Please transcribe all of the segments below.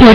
活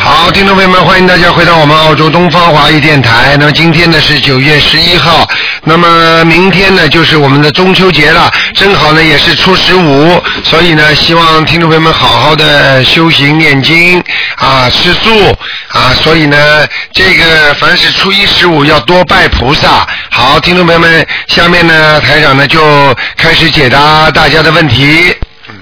好，听众朋友们，欢迎大家回到我们澳洲东方华语电台。那么今天呢是九月十一号，那么明天呢就是我们的中秋节了，正好呢也是初十五，所以呢希望听众朋友们好好的修行念经啊，吃素啊，所以呢这个凡是初一十五要多拜菩萨。好，听众朋友们，下面呢台长呢就开始解答大家的问题。嗯，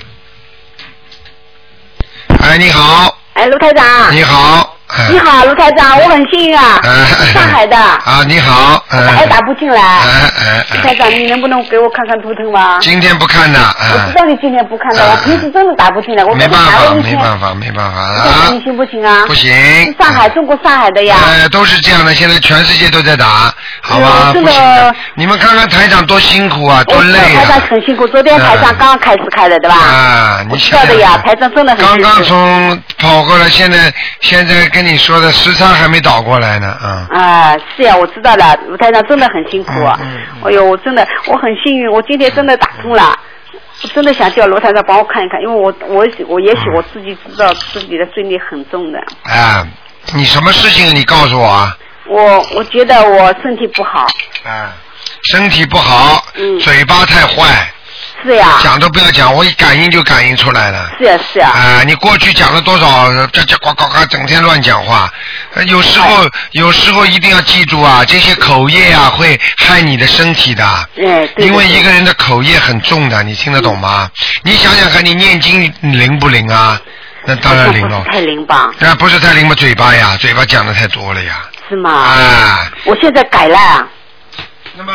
哎，你好。哎，卢台长。你好，哎你好，啊卢台长，我很幸运啊，哎上海的，啊，你好，嗯还打不进来。哎哎卢台哎，长，你能不啊能给我看看图腾吗？今天不看的，我知啊，道你今天不看到，哎我平时真的打不进来，我没刚才办打法，了一没天。办法，没办法卢台啊长，你，行不行啊？不是行，上海，中国上海的呀。呃，都是这样的，现在全世界都在打，好吧，嗯这不个行的，你们看看台长多辛苦啊，我多知道累台长啊，很辛苦，昨天台长嗯刚刚开始开的，对吧？啊，我你知想道的呀，想台长真的很刚辛苦。刚从跑过来，现在现在跟你说的时差还没倒过来呢，啊，啊，是呀，我知道了，卢台长真的很辛苦。嗯嗯哎呦，我真的，我很幸运，我今天真的打通了。我真的想叫卢台长帮我看一看，因为我我我也许我自己知道自己的罪孽很重的，哎，你什么事情你告诉我啊？我我觉得我身体不好，啊，身体不好，嗯嘴巴太坏，是呀，讲都不要讲，我一感应就感应出来了。是呀啊是呀，啊，你过去讲了多少，这这呱呱呱，整天乱讲话，呃有时哎候有时候一定要记住啊，这些口业啊会害你的身体的，哎，对嗯因为对一个人的口业很重的，你听得懂吗？你想想看，你念经灵不灵啊？那当然灵了好像 不，是太灵吧，那不是太灵吧？嘴巴呀，嘴巴讲的太多了呀，是吗？啊，我现在改了，那么，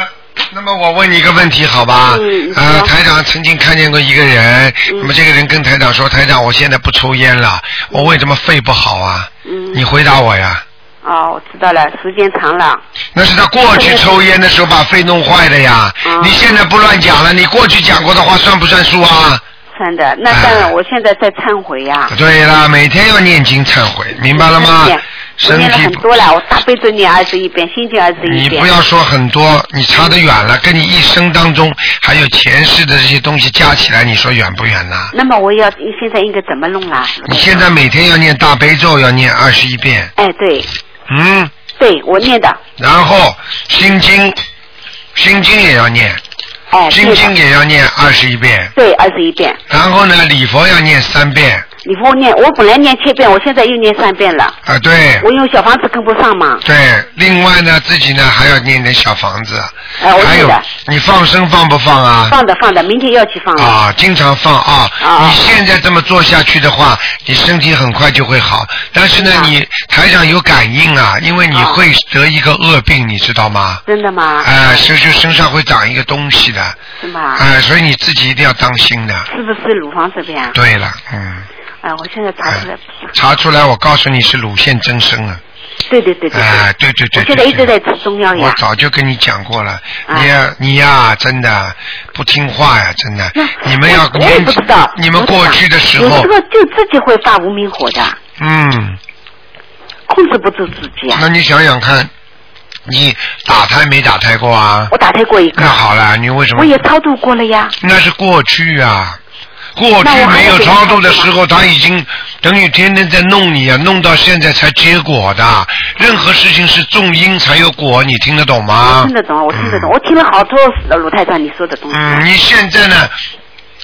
那么我问你一个问题，好吧？嗯你说呃，台长曾经看见过一个人，嗯那么这个人跟台长说：“台长，我现在不抽烟了，我为什么肺不好啊？”嗯，你回答我呀。哦，我知道了，时间长了，那是他过去抽烟的时候把肺弄坏的呀。嗯你现在不乱讲了，你过去讲过的话算不算数啊？真的，那哎当然，我现在在忏悔呀，对啦，每天要念经忏悔，明白了吗谢谢？我身念了体很多了，我大悲咒念二十一遍，心经二十你一遍。不要说很多，你差得远了，跟你一生当中还有前世的这些东西加起来，你说远不远呢？那么我要现在应该怎么弄啊啦？你现在每天要念大悲咒，要念二十一遍，哎，对嗯，对，我念的，然后心经，心经也要念，哎，心对经的，也要念二十一遍，对，二十一遍。然后呢，礼佛要念三遍，你给我念，我本来念七遍，我现在又念三遍了。啊，对，我用小房子跟不上嘛，对，另外呢，自己呢还要念点小房子，哎，我还记有得，你放生放不放啊？放的放的，明天要去放了。啊，经常放啊！啊你现在这么做下去的话，你身体很快就会好。但是呢，是吗你台上有感应啊，因为你啊会得一个恶病，你知道吗？真的吗？哎、是就身上会长一个东西的，是哎、吗？所以你自己一定要当心的。是不是乳房这边啊？对了，嗯，哎，我现在查出来不是。查出来，我告诉你是乳腺增生了，对对对对哎、对。对对对我对现在一直在吃中药我呀。早就跟你讲过了，啊你呀你呀、真的不听话呀，真的那，你们要我我也不知道。你们我过去的时候有，时候就自己会发无名火的，嗯，控制不住自己啊。那你想想看，你打胎没打胎过啊？我打胎过一个那。好了，你为什么我？也超度过了呀，那是过去啊，过那去我还没要有给他超度的看时候，他已经等于天天在弄你啊，弄到现在才结果的。任何事情是种因才有果，你听得懂吗？听得懂，我听得懂，啊嗯我听了好多卢太长你说的东西。啊嗯，你现在呢，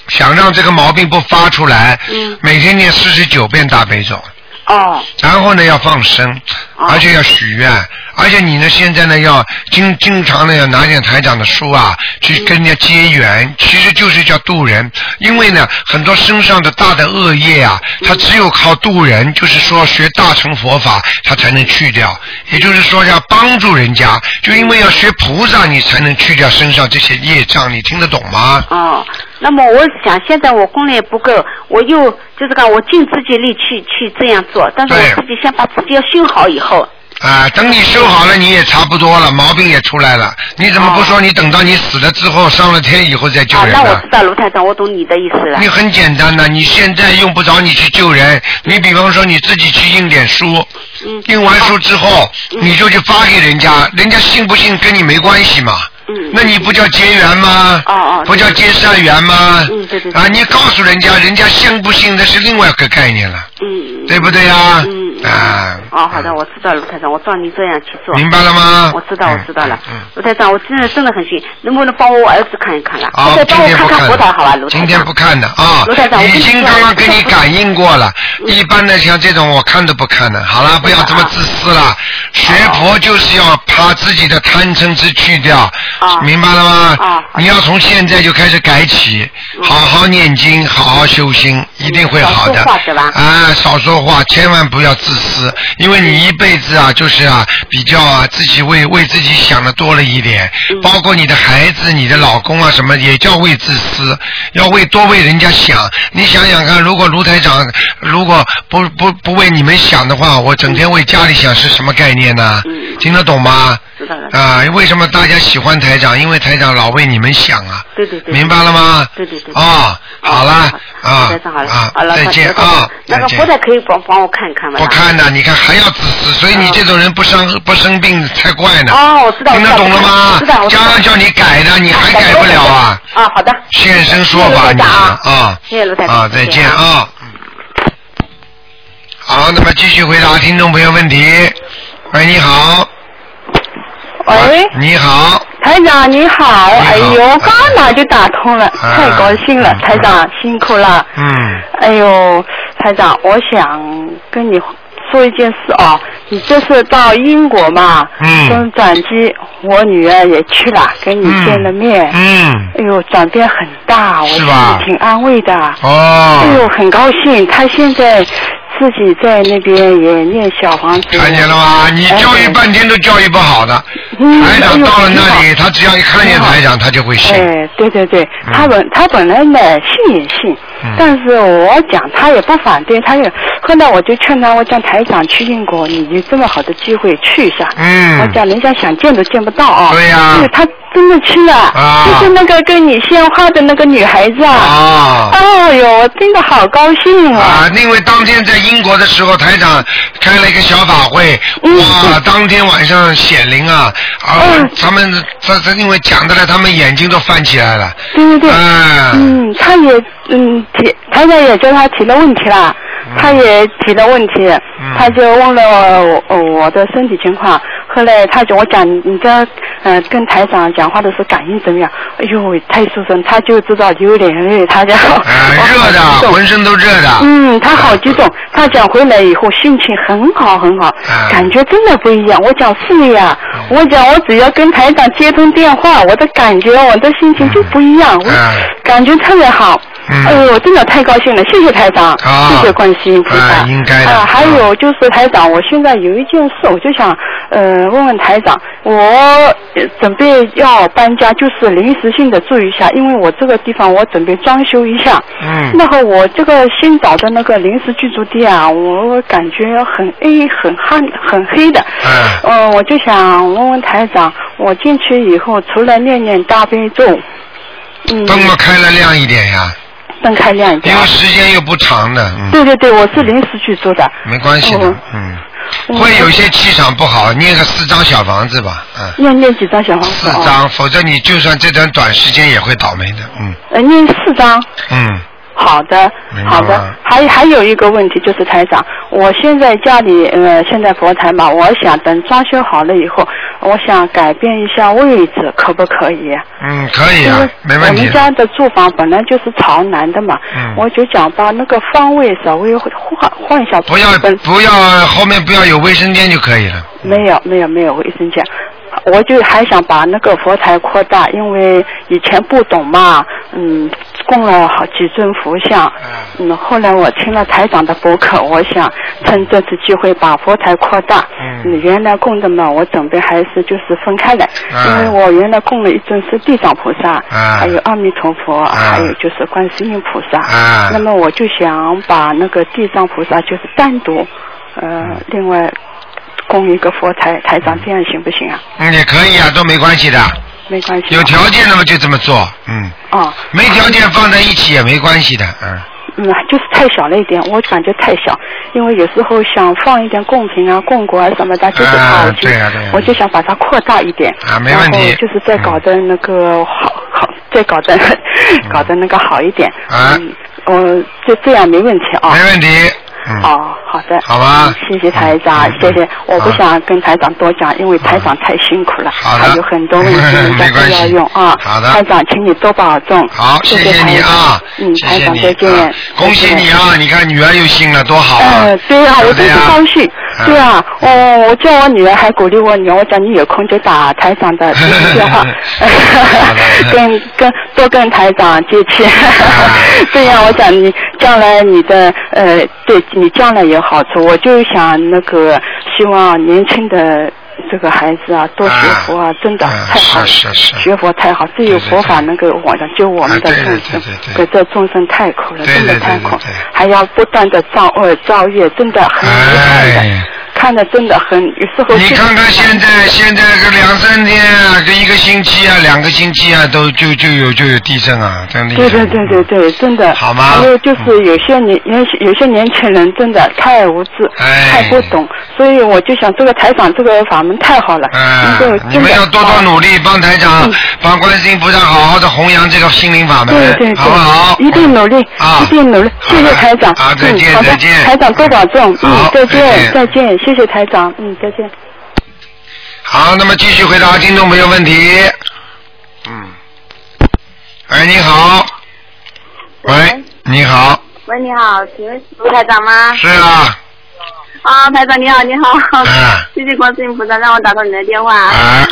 想让这个毛病不发出来，嗯每天念四十九遍大悲咒，哦，然后呢要放生，哦而且要许愿，而且你呢现在呢要经经常呢要拿点台长的书啊，去跟人家结缘，其实就是叫渡人，因为呢很多身上的大的恶业啊，他只有靠渡人，就是说学大乘佛法，他才能去掉，也就是说要帮助人家，就因为要学菩萨，你才能去掉身上这些业障，你听得懂吗？哦，那么我想现在我功力不够，我又就是讲我尽自己力去去这样做，但是对我自己先把自己要修好以后，啊，等你修好了，你也差不多了，毛病也出来了。你怎么不说你等到你死了之后，上了天以后再救啊，人哦那呢？我知道卢台长，我懂你的意思了你。很简单的，你现在用不着你去救人，你比方说你自己去印点书，嗯印完书之后你就去发给人家，人家信不信跟你没关系嘛。嗯那你不叫结缘吗？哦哦不叫结善缘吗？嗯对对对啊，你告诉人家，人家信不信那是另外一个概念了，嗯，对不对呀？嗯啊。哦，好的，我知道卢台长，我照你这样去做。明白了吗？我知道，我知道了嗯。嗯。卢台长，我真的真的很幸运，能不能帮我儿子看一看啊？好，再今帮我天看不看佛台看，好吧，卢台长。今天不看的啊卢台长，我跟已你经说刚刚跟你这个感应过了。嗯一般的像这种我看都不看的。好了，不要这么自私了。学佛就是要把自己的贪嗔痴去掉，啊明白了吗？啊嗯你要从现在就开始改起，好好念经，好好修心，一定会好的。少说话是吧啊，少说话，千万不要自私，因为你一辈子啊，就是啊，比较啊，自己为为自己想的多了一点，嗯包括你的孩子、你的老公啊什么，也叫为自私，要为多为人家想。你想想看，如果卢台长如果不不不为你们想的话，我整天为家里想是什么概念呢、嗯听得懂吗？知道了。啊，为什么大家喜欢台长？因为台长老为你们想啊。对对对。明白了吗？对对对对啊，好了啊台长好了，啊好，了，再见好的啊，那个再见佛台可以帮帮我看一看吗？我看呐，你看还要自私，所以你这种人不生不生病才怪呢。哦哦，我知道，听得懂了吗我知道，？我知家道。长叫你改的，你还改不了啊？啊，好的。现身说法，你是啊谢谢卢台长啊，再见啊。嗯好，那么继续回答听众朋友问题。喂，你好。喂，你好。台长哎你你好，好哎呦，哎刚打就打通了，啊太高兴了嗯，台长辛苦了。嗯。哎呦，台长，我想跟你说一件事哦，你这次到英国嘛，嗯跟转机，我女儿也去了，跟你见了面，嗯。哎呦，转变很大，我是吧挺安慰的。哦。哎呦，很高兴，她现在自己在那边也念小房子。哎看见了吗？你教育半天都教育不好的。哦嗯台长到了那哎里，呦他只要一看见挺好台长，他就会信。哎，对对对，嗯他本他本来呢信也信嗯，但是我讲他也不反对，他也后来我就劝他，我讲台长去英国，你有这么好的机会去一下，嗯我讲人家想见都见不到啊，对呀哎他真的去了，啊就是那个跟你鲜花的那个女孩子啊，啊。哎呦，我真的好高兴啊，因为当天在英国的时候，台长开了一个小法会，嗯哇，当天晚上显灵啊，啊，嗯他们他他因为讲的了，他们眼睛都翻起来了，对对对，嗯嗯，他也嗯提，台长也叫他提了问题啦，他也提了问题，嗯他就问了我我我的身体情况，后来他就我讲你这呃跟台长讲话的时候感应怎么样？哎呦，太舒服了，他就知道流眼泪，他就、 啊我，好热激的，动浑身都热的，嗯，他好激动，他讲回来以后心情很好很好，嗯感觉真的不一样。我讲是呀，我讲我只要跟台长接通电话，我的感觉我的心情就不一样，我嗯 感觉特别好。嗯哎呦，我真的太高兴了，谢谢台长，啊谢谢观世音菩萨。啊应该的啊，还有就是台长，我现在有一件事，我就想呃问问台长，我呃准备要搬家，就是临时性的住一下，因为我这个地方我准备装修一下。嗯，那个我这个新找的那个临时居住地啊，我感觉很 A 很暗很黑的。嗯呃，我就想问问台长，我进去以后除了念念大悲咒，嗯，灯嘛开了亮一点呀，灯开亮一点因。为时间又不长的，嗯，对对对，我是临时居住的。没关系的我，嗯，我会有一些气场不好，念个四张小房子吧，嗯，念念几张小黄纸四哦？张，否则你就算这段短时间也会倒霉的，嗯呃，念四张。嗯。好的明白，好吗的。还还有一个问题就是台长，我现在家里呃现在佛台嘛，我想等装修好了以后，我想改变一下位置，可不可以？嗯，可以因啊为，没我问题们的。家的住房本来就是朝南的嘛，嗯我就想把那个方位稍微换换一下。不要本不要，后面不要有卫生间就可以了。没有没有没有卫生间，我就还想把那个佛台扩大，因为以前不懂嘛，嗯，供了好几尊佛像，嗯，后来我听了台长的博客，我想趁这次机会把佛台扩大，嗯原来供的嘛，我准备还是就是分开来，嗯因为我原来供了一尊是地藏菩萨，嗯还有阿弥陀佛，还有就是观世音菩萨，嗯那么我嗯就想把那个地藏菩萨就是单独，呃，另外供一个佛台，台长这样行不行啊？嗯，也可以啊，都没关系的。没关系啊。有条件的嘛就这么做，嗯，哦，没条件放在一起也没关系的，嗯。嗯，就是太小了一点，我感觉太小，因为有时候想放一点贡品啊、供果啊什么的，就是怕我啊就、对啊对啊我就想把它扩大一点，啊没问题然后就是再搞得那个好好，再搞得 搞得那个好一点，啊嗯，我就这样没问题啊。没问题。嗯。哦，好的，好吧嗯谢谢台长，嗯谢谢。我不啊想跟台长多讲，因为台长太辛苦了，好的还有很 多问题没大关家系要用啊。好的台长，请你多保重。好，谢谢你啊台长，嗯，谢台谢长你再啊见，，恭喜你啊！你看女儿又信了，多好嗯啊嗯！，对啊，我真是高兴。对啊，我、我叫我女儿还鼓励我女儿，我讲你有空就打台长的哎电话好 的，跟跟多跟台长接 洽啊。这样我讲你将来你的呃，对你将来有好处。我就想那个，希望年轻的。这个孩子啊，多学佛啊，啊真的啊太好了，是是是学佛太好，只有佛法对对对能够往上救我们的啊对众对对生对，对给这众生太苦了，对真的对太对对苦对，还要不断的造恶造业，真的很遗憾的。哎看的真的很，有时候你就是看看现在，现在个两三天啊，这一个星期啊，两个星期啊，都就就有就有地震啊，真厉害。对对对对对，真的。好吗嗯还有就是有些年有些有些年轻人真的太无知，哎太不懂，所以我就想这个台长这个法门太好了，能够嗯，真的你们要多多努力，帮台长嗯、帮观世音菩萨好好的弘扬这个心灵法门对对，对，好不好？一定努力，啊一定努力。谢谢台长，好的啊再见嗯，好的再见台长多保重，嗯好，再见，再再见，谢谢台长，嗯，再见。好，那么继续回答听众朋友问题。嗯，哎，你好，喂喂，你好，喂，你好，请问是卢台长吗？是啊，啊，台长你好，你好，嗯 谢谢观世音菩萨让我打通你的电话。啊，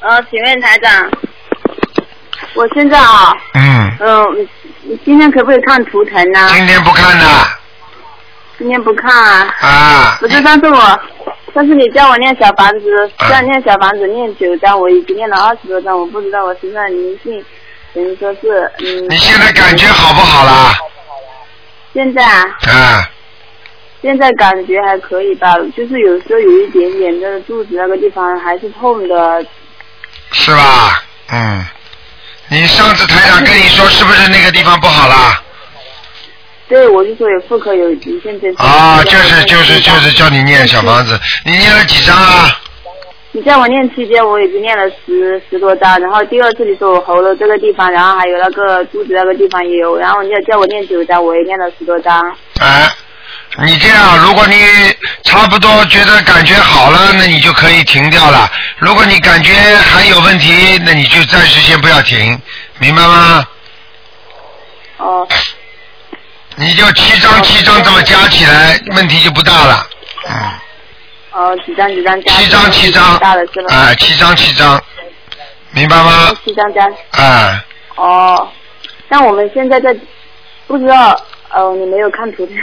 呃，请问台长，我现在啊，嗯，嗯、你今天可不可以看图腾呢、今天不看了今天不看啊。啊，不是，但是我，但是你叫我念小房子，啊叫念小房子念九张，我已经念了二十多张，我不知道我身上的灵性，等于说是，嗯。你现在感觉好不好啦？现在啊，啊，现在感觉还可以吧，就是有时候有一点点的肚子那个地方还是痛的，是吧？嗯，你上次台长跟你说是不是那个地方不好啦？对，我就说有妇科有急性增生。啊，就是就是就是叫你念小房子。子，你念了几张啊？你在我念期间，我已经念了十十多章，然后第二次你说我喉咙这个地方，然后还有那个肚子那个地方也有，然后你要叫我念九章，我也念了十多章。哎，你这样，如果你差不多觉得感觉好了，那你就可以停掉了；如果你感觉还有问题，那你就暂时先不要停，明白吗？哦，你就七张七张这么加起来，问题就不大了。嗯，哦，几张几张加？七张七张，大了是吧？哎，七张七张，明白吗？七张加。哎，哦，那我们现在在不知道，哦，你没有看图片。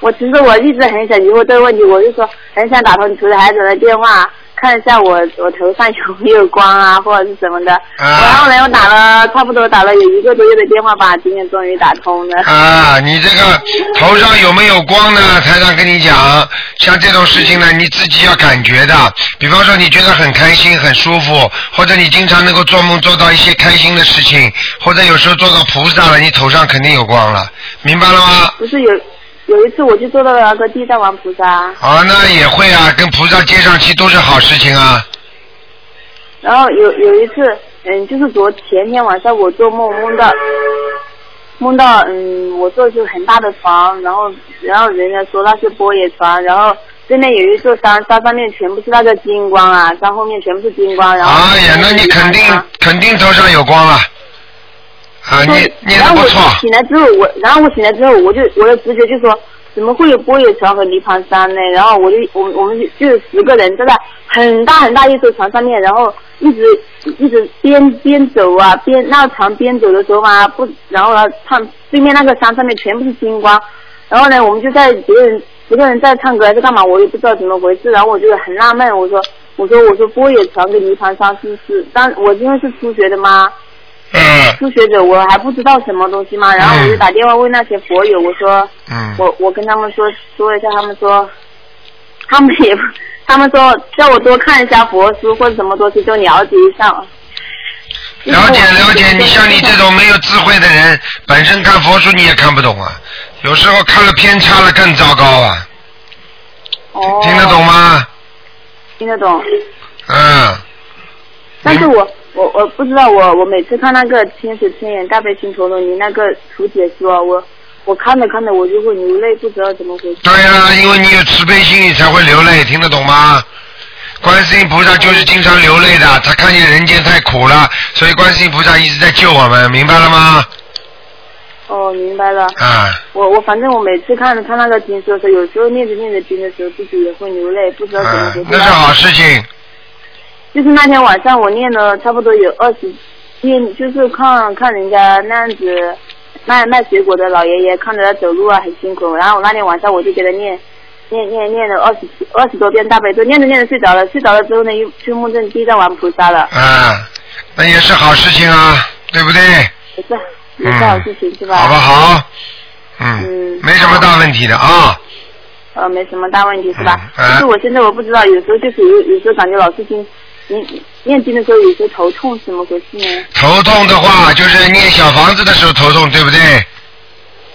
我其实我一直很想疑惑这个问题，我就说很想打通图的孩子的电话，看一下我我头上有没有光啊，或者是什么的。然后呢，我打了差不多打了有一个多月的电话吧，今天终于打通了。啊，你这个头上有没有光呢？台长跟你讲，像这种事情呢，你自己要感觉的。比方说，你觉得很开心、很舒服，或者你经常能够做梦做到一些开心的事情，或者有时候做到菩萨了，你头上肯定有光了，明白了吗？不是有有一次我去做到了那个地藏王菩萨，啊，那也会啊，跟菩萨接上去都是好事情啊。然后有有一次，嗯，就是昨前天晚上我做梦梦到，梦到嗯，我做一个很大的床，然后然后人家说那是波野床，然后对面有一座山，山上面全部是那个金光啊，山后面全部是金光，然后哎呀，那你肯定肯定头上有光了。啊，你对念的然后不我错。醒来之后，我然后我醒来之后，我就我的直觉就说，怎么会有波野床和泥盘山呢？然后我就我们我们就就有十个人在那很大很大一座床上面，然后一直一直边边走啊边那个床边走的时候嘛，不然后呢，唱对面那个山上面全部是金光，然后呢，我们就在别人十个人在唱歌还是干嘛，我也不知道怎么回事，然后我就很纳闷，我说我说我说波野床跟泥盘山是不是？但我因为是初学的嘛。嗯初学者，我还不知道什么东西嘛，然后我就打电话问那些佛友，我说，嗯。我我跟他们说说一下，他们说，他们也不，他们说叫我多看一下佛书或者什么东西，就了解一下。了解了解，你像你这种没有智慧的人，本身看佛书你也看不懂啊，有时候看了偏差了更糟糕啊，哦，听得懂？吗？听得懂。嗯，但是我我我不知道，我我每次看那个《千手千眼大悲心陀罗尼》那个图解说，我我看着看着我就会流泪，不知道怎么回事。对了，因为你有慈悲心，你才会流泪，听得懂吗？观世音菩萨就是经常流泪的，他看见人间太苦了，所以观世音菩萨一直在救我们，明白了吗？哦，明白了。啊、我我反正我每次看着看那个经书的时候，有时候念着念着经的时候，自己也会流泪，不知道怎么啊、回事。那是好事情，就是那天晚上我念了差不多有二十，念就是看看人家那样子卖卖水果的老爷爷，看着他走路啊很辛苦，然后我那天晚上我就给他念。念念念了二十二十多遍大悲咒，念着念着睡着了，睡着了之后呢，又去梦见地藏王菩萨了，啊，那也是好事情啊，对不对？也是也是好事情、是吧？嗯好不好？嗯没什么大问题的啊。呃，没什么大问题是吧？嗯啊就是我现在我不知道，有时候就是有有时候感觉老是经，你念经的时候有时候头痛，怎么回事呢？头痛的话，就是念小房子的时候头痛，对不对？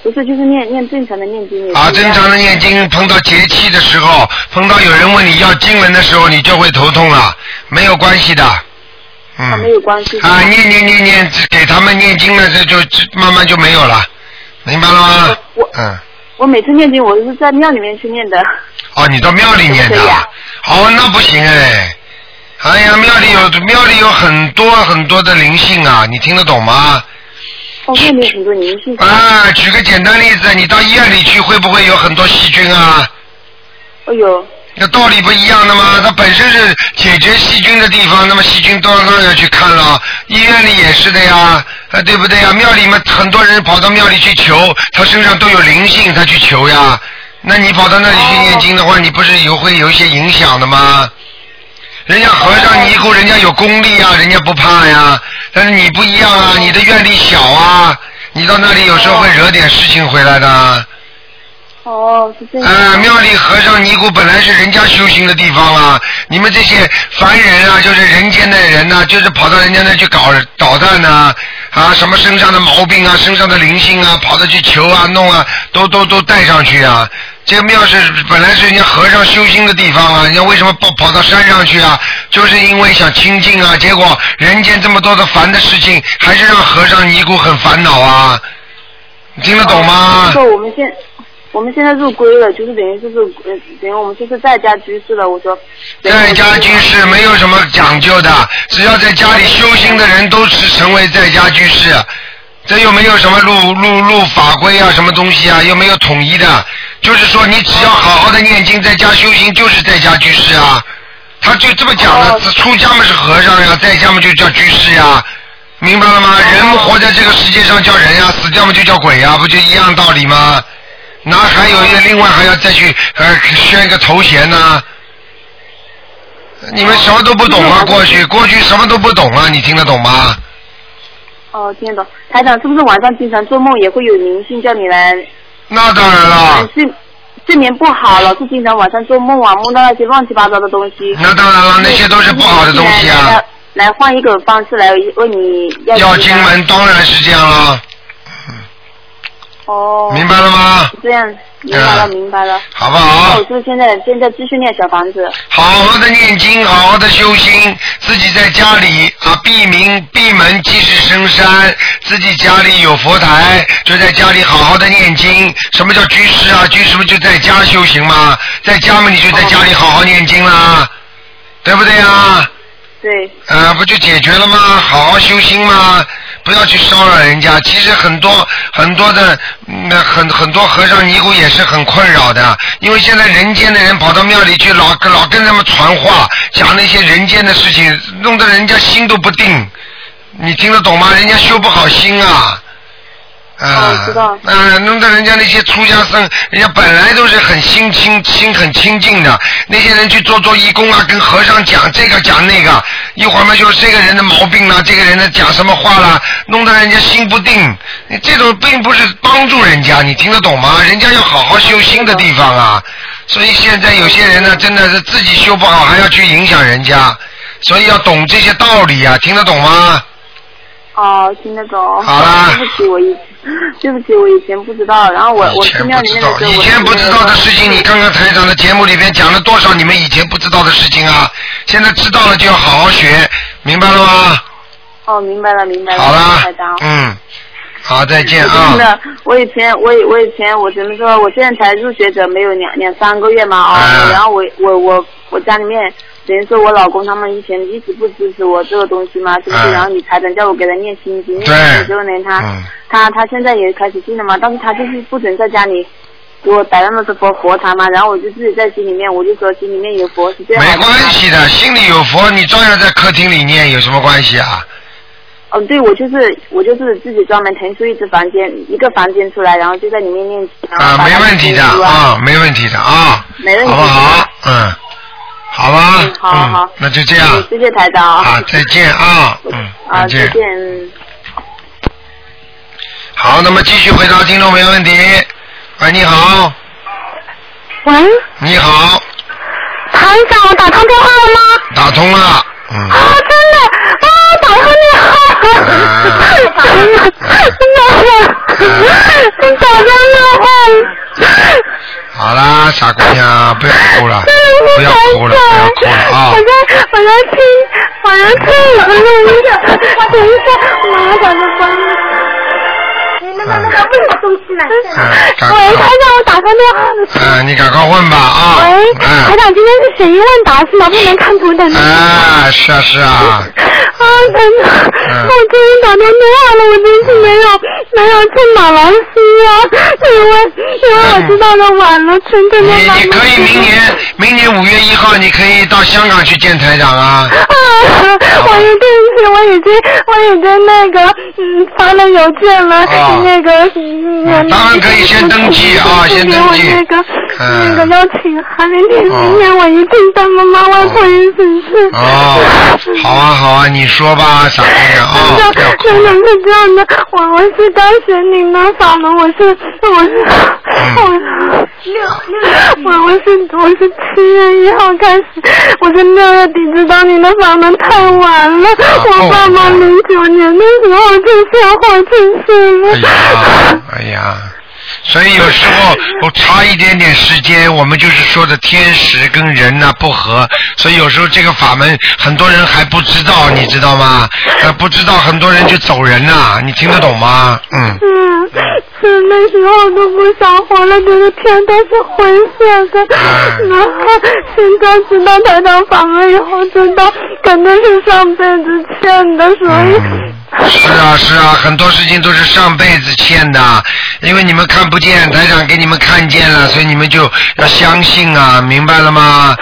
不是，就是念念正常的念经也啊，是一正样常的念经，碰到节气的时候，碰到有人问你要经文的时候，你就会头痛了，没有关系的。它没嗯。有关系是吧。啊，念念念念，给他们念经了，这就这慢慢就没有了，明白了吗我？嗯。我每次念经，我都是在庙里面去念的。哦，你到庙里念的对呀啊？哦，那不行哎。哎呀，庙里有庙里有很多很多的灵性啊，你听得懂吗？哦，庙里有很多灵性。啊，举个简单例子，你到医院里去会不会有很多细菌啊？哎呦，那道理不一样的嘛，它本身是解决细菌的地方，那么细菌当然要去看了。医院里也是的呀，啊对不对呀？庙里嘛，很多人跑到庙里去求，他身上都有灵性，他去求呀。那你跑到那里哦去念经的话，你不是有会有一些影响的吗？人家和尚尼姑，人家有功力啊，人家不怕呀。但是你不一样啊，你的愿力小啊，你到那里有时候会惹点事情回来的啊。哦，是这样。啊，庙里和尚尼姑本来是人家修行的地方啊，你们这些凡人啊，就是人间的人呐、就是跑到人家那去搞捣蛋呐、啊，什么身上的毛病啊，身上的灵性啊，跑到去求啊、弄啊，都都都带上去啊。这个庙是本来是人家和尚修心的地方啊，人家为什么跑跑到山上去啊？就是因为想清净啊，结果人间这么多的烦的事情，还是让和尚尼姑很烦恼啊。你听得懂吗？就是哦我们现我们现在入归了，就是等于就是呃等于我们就是在家居士了。我说。在家居士没有什么讲究的，只要在家里修行的人都是成为在家居士，这又没有什么入入入法规啊，什么东西啊，又没有统一的，就是说你只要好好的念经，在家修行就是在家居士啊，他就这么讲的，哦出家嘛是和尚呀，在家嘛就叫居士呀，明白了吗？人活在这个世界上叫人呀，死掉嘛就叫鬼呀，不就一样道理吗？哪还有一个另外还要再去呃宣个头衔呢、你们什么都不懂啊！过去过去什么都不懂啊！你听得懂吗？哦，听得懂。台长是不是晚上经常做梦也会有灵性叫你来？嗯那当然了，睡睡眠不好，老是经常晚上做梦啊，梦到那些乱七八糟的东西。嗯那当然了，那些都是不好的东西啊！。来换一个方式来问你要要经文当然是这样啊了，哦，明白了吗？嗯这样明白了，明白了。好不那好我？就现在现在继续念小房子。好好的念经，好好的修心，自己在家里啊，闭门闭门即是深山，自己家里有佛台，就在家里好好的念经。什么叫居士啊？居士不就在家修行吗？在家嘛，你就在家里好好念经啦，对不对啊？对，呃，不就解决了吗？好好修心吗？不要去骚扰人家。其实很多很多的，嗯那、很很多和尚尼姑也是很困扰的，因为现在人间的人跑到庙里去老，老跟他们传话，讲那些人间的事情，弄得人家心都不定。你听得懂吗？人家修不好心啊。啊、啊，哦知道啊，弄得人家那些出家僧，人家本来都是很心清心很清净的，那些人去做做义工啊，跟和尚讲这个讲那个，一会儿嘛就是这个人的毛病啦，这个人的讲什么话啦，弄得人家心不定。你这种并不是帮助人家，你听得懂吗？人家要好好修心的地方啊。所以现在有些人呢，真的是自己修不好，还要去影响人家，所以要懂这些道理啊，听得懂吗？哦，听得懂。好啦对不起，我以对不起，我以前不知道。然后我我以寺前庙不里知面的道，时候，以前不知道的事情，你看看台长的节目里边讲了多少你们以前不知道的事情啊！现在知道了就要好好学，明白了吗？哦，明白了，明白了。好啦台长，嗯嗯，好，再见啊真！的，我以前我以我以前我怎么说？我现在才入学者没有两两三个月嘛哦，啊然后我我我我家里面等于说我老公他们以前一直不支持我这个东西嘛，是不是？啊然后你才能叫我给他念心经，念对心经之后呢，他、嗯他他现在也开始信了嘛，但是他就是不准在家里。给我摆那么多佛佛堂嘛，然后我就自己在心里面，我就说心里面有佛是最好没的嘛。关系的，心里有佛，你照样在客厅里念，有什么关系啊？哦，对，我就是我就是自己专门腾出一只房间，一个房间出来，然后就在里面念经。然后啊，把没它问题的读书啊，没问题的啊，没问题好不好？嗯，好吧嗯，好好好嗯那就这样嗯谢谢台长啊，再见啊，嗯，啊，再再见。见。嗯好，那么继续回答听众朋友问题。喂，你好，喂，你好，台长，我打通电话了吗？打通了，嗯啊，，真的，啊，打通电话了，真的，真的，真打通电话了。好啦，傻姑娘，不要哭哎了，不要哭了，不要哭了啊我！在我在听，我在听你的录音，等一下，麻烦了帮你。嗯赶快喂，台长，我打通电话了。嗯，你赶快问吧啊！喂，台嗯，长，今天是谁问答是吗？不能看图的呢。啊，是啊是啊，啊，真的，嗯我终于打通电话了，我真是没有没有去马来西亚，因为因为我知道的晚了，真的你的晚你可以明了。年明年五月一号，你可以到香港去见台长啊。啊！我也对不起，我已经我已经那个嗯发了邮件了，啊那个嗯嗯当然可以先登记啊先登记那个、嗯那个邀请函，明天哦明天我一定到妈妈外婆也只是。哦，好啊好啊，你说吧，傻姑 娘啊，不要哭真的了。是这样的，我我是当时您的法门，我是我是嗯我我我是我是七月一号开始，我是六月底知道您的法门太晚了，哦我爸妈零九年的时候就下火去世哎了。呀，哎呀，所以有时候我差一点点时间，我们就是说的天时跟人呐、不合，所以有时候这个法门很多人还不知道，你知道吗？呃，不知道很多人就走人呐、你听得懂吗？嗯，嗯，是那时候都不想活了，觉得天都是灰色的。嗯然后现在知道台长访问以后，知道肯定是上辈子欠的，所以。嗯 是啊是啊，很多事情都是上辈子欠的，因为你们看不见，台长给你们看见了，所以你们就要相信啊，明白了吗？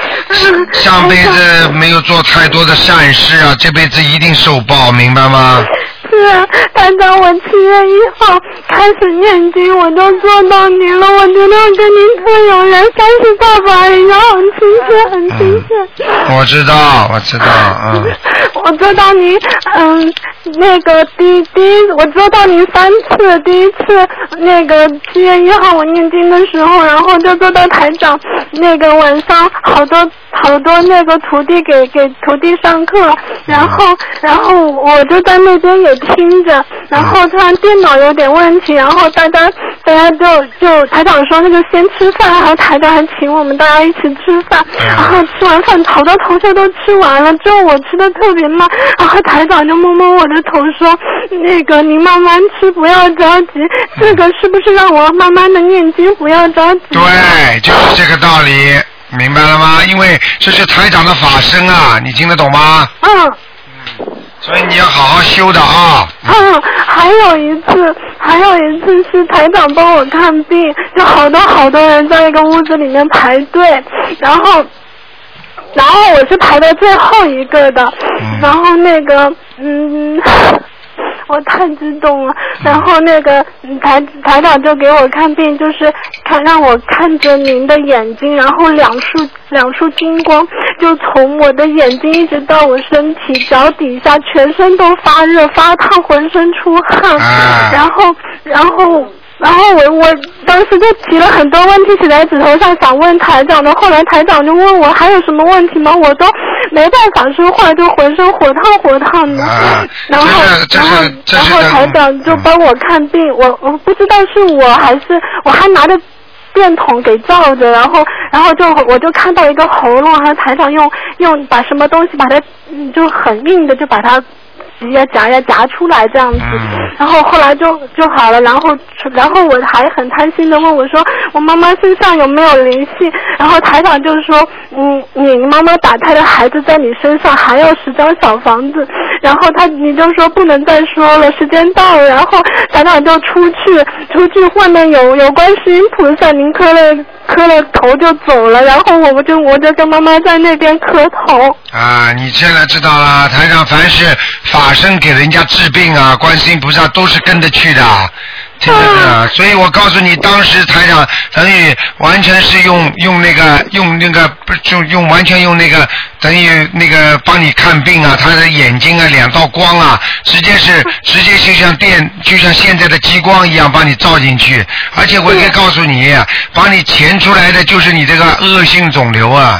上辈子没有做太多的善事啊，这辈子一定受报，明白吗？是啊，台长，我七月一号开始念经，我都做到您了，我觉得我跟您特有缘，三十大法一样，很亲切，很亲切。我知道，我知道，嗯， 我知道您，嗯，那个第第一，我知道您三次，第一次那个七月一号我念经的时候，然后就做到台长，那个晚上好多好多那个徒弟给给徒弟上课，然后然后我就在那边也听着，然后他电脑有点问题，然后大家大家就就台长说那就先吃饭，然后台长还请我们大家一起吃饭，然后吃完饭，好多同学都吃完了，只有我吃的特别慢。然后台长就摸摸我的头说：“那个您慢慢吃，不要着急。这个是不是让我慢慢的念经，不要着急？”对，哎就是这个道理，明白了吗？因为这是台长的法身啊，你听得懂吗？嗯所以你要好好修的啊。嗯，还有一次，还有一次是台长帮我看病，就好多好多人在一个屋子里面排队，然后。然后我是排在最后一个的，嗯然后那个，嗯，我太激动了。然后那个嗯台台长就给我看病，就是看让我看着您的眼睛，然后两束两束金光就从我的眼睛一直到我身体脚底下，全身都发热发烫，浑身出汗。啊然后然后然后我我当时就提了很多问题写在纸头上，想问台长的。后来台长就问我还有什么问题吗？我都没办法说话，就浑身火烫火烫的。啊然后这然是后这是这嗯然是后的台长就帮我看病，我我不知道是我还是我还拿着。电筒给照着，然后，然后就我就看到一个喉咙，然后台长用用把什么东西把它，嗯就很硬的就把它挤呀夹呀夹出来这样子，嗯然后后来就就好了，然后然后我还很贪心的问我说，我妈妈身上有没有灵性？然后台长就说，嗯，你妈妈打胎的孩子在你身上还有十张小房子，然后他你就说不能再说了，时间到了，然后台长就出去，出去外面有有观世音菩萨，您磕了磕了头就走了，然后我就我就跟妈妈在那边磕头，啊，你现在知道啦，台上凡是法身给人家治病啊，观世音菩萨都是跟着去的。听着啊，所以我告诉你，当时台长等于完全是用用那个用那个不就用完全用那个等于那个帮你看病啊，他的眼睛啊两道光啊，直接是直接就像电就像现在的激光一样帮你照进去，而且我可以告诉你，把你钳出来的就是你这个恶性肿瘤啊。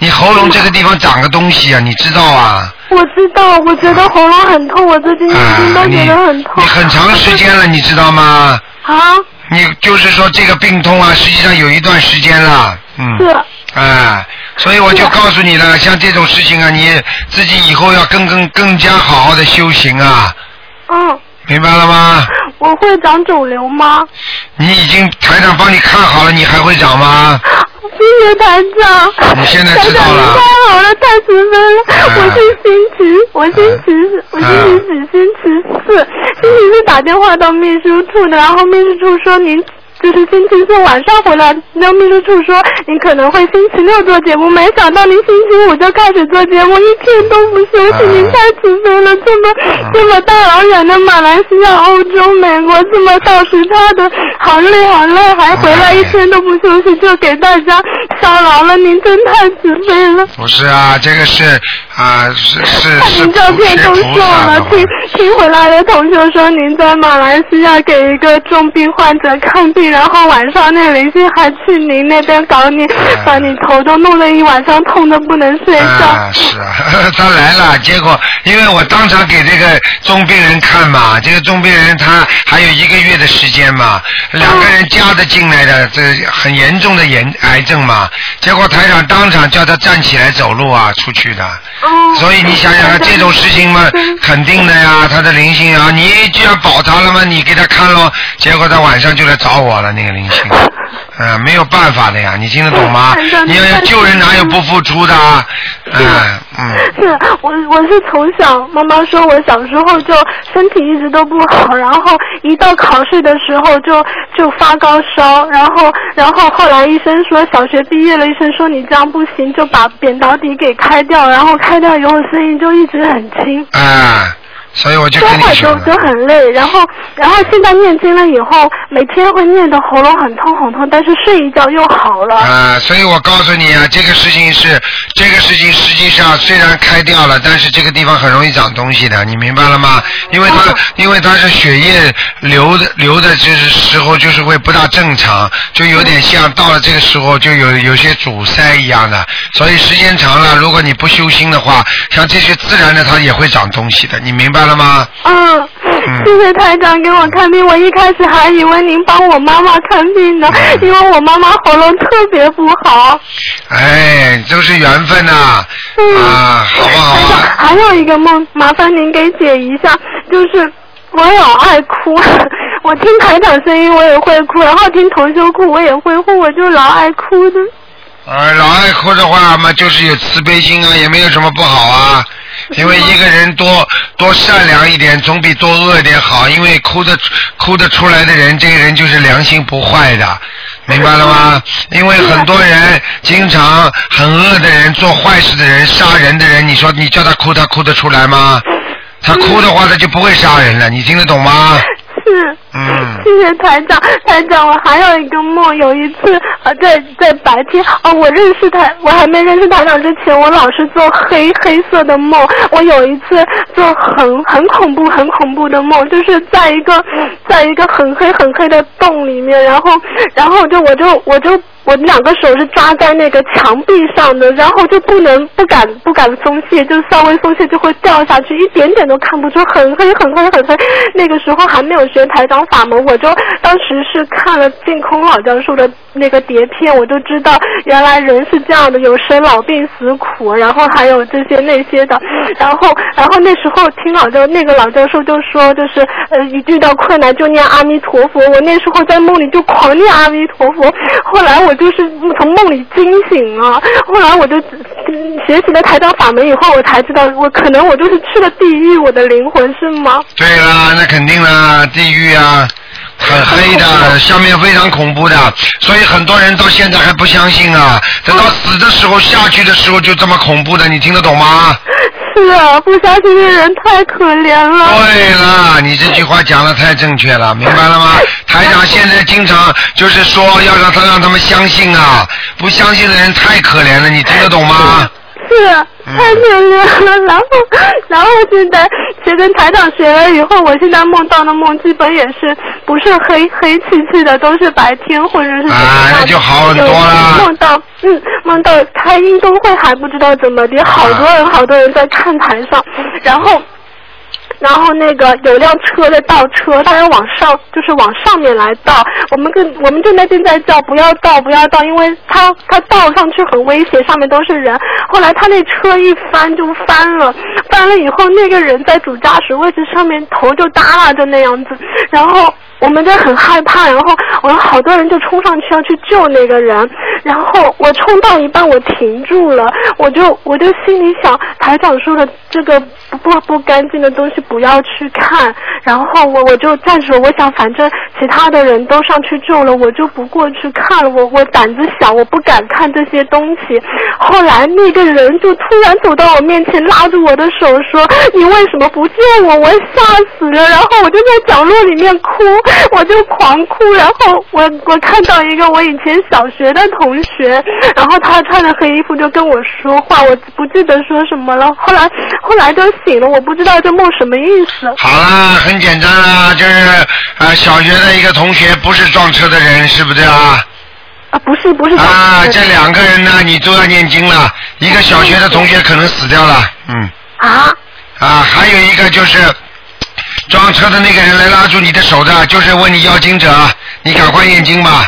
你喉咙这个地方长个东西啊，你知道啊？我知道，我觉得喉咙很痛，哦我最近一听啊，都你觉得很痛。你很长时间了，你知道吗？啊，你就是说这个病痛啊，实际上有一段时间了，嗯。是啊，所以我就告诉你了，像这种事情啊，你自己以后要更更更加好好的修行啊，嗯，明白了吗？我会长肿瘤吗？你已经台长帮你看好了，你还会长 吗？谢谢台长。啊你现在知道台长了您太好了，太慈悲了。啊我是星期，我星期四，我星期几？星期四，星期四打电话到秘书处的，然后秘书处说您。就是星期四晚上回来，那秘书处说您可能会星期六做节目，没想到您星期五就开始做节目，一天都不休息，啊您太慈悲了！这么这么大老远的马来西亚、欧洲、美国，这么到时差的，好累好累，还回来一天都不休息，就给大家烧劳了，您真太慈悲了。不是啊，这个是啊，是是看是您照菩片学都菩萨瘦了的，嘛听听回来的同学说您在马来西亚给一个重病患者看病，然后晚上那灵性还去您那边搞你，把你头都弄得一晚上痛的不能睡觉啊，。是啊， 他来了，结果因为我当场给这个重病人看嘛，这个重病人他还有一个月的时间嘛，两个人夹着进来的，这很严重的炎癌症嘛，结果台长当场叫他站起来走路啊，出去的。哦，所以你想想看，这种事情嘛，肯定的呀，他的灵性啊，你既然保他了嘛，你给他看咯，结果他晚上就来找我了，那个灵性，嗯、没有办法的呀，你听得懂吗看到？你你要要救人哪有不付出的啊？嗯、嗯。 是我，我是从小妈妈说我小时候就身体一直都不好，然后一到考试的时候就就发高烧，然后然后后来医生说小学毕业了，医生说你这样不行，就把扁桃体给开掉，然后开掉以后声音就一直很轻。啊，所以我就说跟你话说就了就很累，然后然后现在念经了以后，每天会念得喉咙很痛很痛，但是睡一觉又好了。啊，所以我告诉你啊，这个事情是这个事情实际上虽然开掉了，但是这个地方很容易长东西的，你明白了吗？因为哦它、因为它是血液流的流的，就是时候就是会不大正常，就有点像到了这个时候就有有些阻塞一样的，所以时间长了，如果你不修心的话，像这些自然的它也会长东西的，你明白了吗？嗯，谢谢台长给我看病。我一开始还以为您帮我妈妈看病呢，嗯因为我妈妈喉咙特别不好。哎，都是缘分呐、嗯，啊，好不好台长啊？还有一个梦，麻烦您给解一下，就是我有爱哭， 我听台长声音我也会哭，然后听同修哭我也会哭，我就老爱哭的。呃，老爱哭的话嘛，就是有慈悲心啊，也没有什么不好啊。因为一个人多多善良一点，总比多恶一点好。因为哭的哭得出来的人，这个人就是良心不坏的，明白了吗？因为很多人经常很恶的人，做坏事的人，杀人的人，你说你叫他哭，他哭得出来吗？他哭的话，他就不会杀人了，你听得懂吗？是。嗯，谢谢台长，台长，我还有一个梦，有一次呃，在在白天哦，我认识台，我还没认识台长之前，我老是做黑黑色的梦。我有一次做很很恐怖、很恐怖的梦，就是在一个在一个很黑很黑的洞里面，然后然后就我就我就我两个手是抓在那个墙壁上的，然后就不能不敢不敢松懈，就稍微松懈就会掉下去，一点点都看不出，很黑很黑很黑。那个时候还没有学台长法门，我就当时是看了净空老教授的那个碟片，我就知道原来人是这样的，有生老病死苦，然后还有这些那些的，然后然后那时候听老教那个老教授就说，就是呃一遇到困难就念阿弥陀佛，我那时候在梦里就狂念阿弥陀佛，后来我就是从梦里惊醒了，后来我就嗯学习了台长法门以后，我才知道我可能我就是去了地狱，我的灵魂是吗？对啦，那肯定啦，地狱啊，很黑的，下面非常恐怖的，所以很多人到现在还不相信啊，等到死的时候下去的时候就这么恐怖的，你听得懂吗？是啊，不相信的人太可怜了。对了，你这句话讲的太正确了，明白了吗？台长现在经常就是说要让他让他们相信啊，不相信的人太可怜了，你听得懂吗？是太可怜了。然后，然后现在学跟台长学了以后，我现在梦到的梦基本也是不是黑黑漆漆的，都是白天或者是啊，那就好很有多了。梦到嗯梦到开运动会还不知道怎么的，好多人好多人在看台上，然后。然后那个有辆车在倒车，当然往上就是往上面来倒。我们跟我们正在正在叫不要倒不要倒，因为它它倒上去很危险，上面都是人。后来他那车一翻就翻了，翻了以后那个人在主驾驶位置上面头就耷拉着那样子，然后。我们就很害怕，然后我们好多人就冲上去要去救那个人，然后我冲到一半我停住了，我就我就心里想，台长说的这个不不不干净的东西不要去看，然后我我就站住，我想反正其他的人都上去救了，我就不过去看了，我我胆子小，我不敢看这些东西。后来那个人就突然走到我面前，拉住我的手说：“你为什么不救我？我吓死了！”然后我就在角落里面哭，我就狂哭。然后我我看到一个我以前小学的同学，然后他穿着黑衣服就跟我说话，我不记得说什么了。后来后来就醒了，我不知道这梦什么意思。好啦，很简单啦，就是呃小学的一个同学不是撞车的人，是不是啊？啊，不是不是啊，这两个人呢，你都要念经了。一个小学的同学可能死掉了，嗯。啊。啊，还有一个就是撞车的那个人来拉住你的手的，就是问你要经者，你赶快念经吧。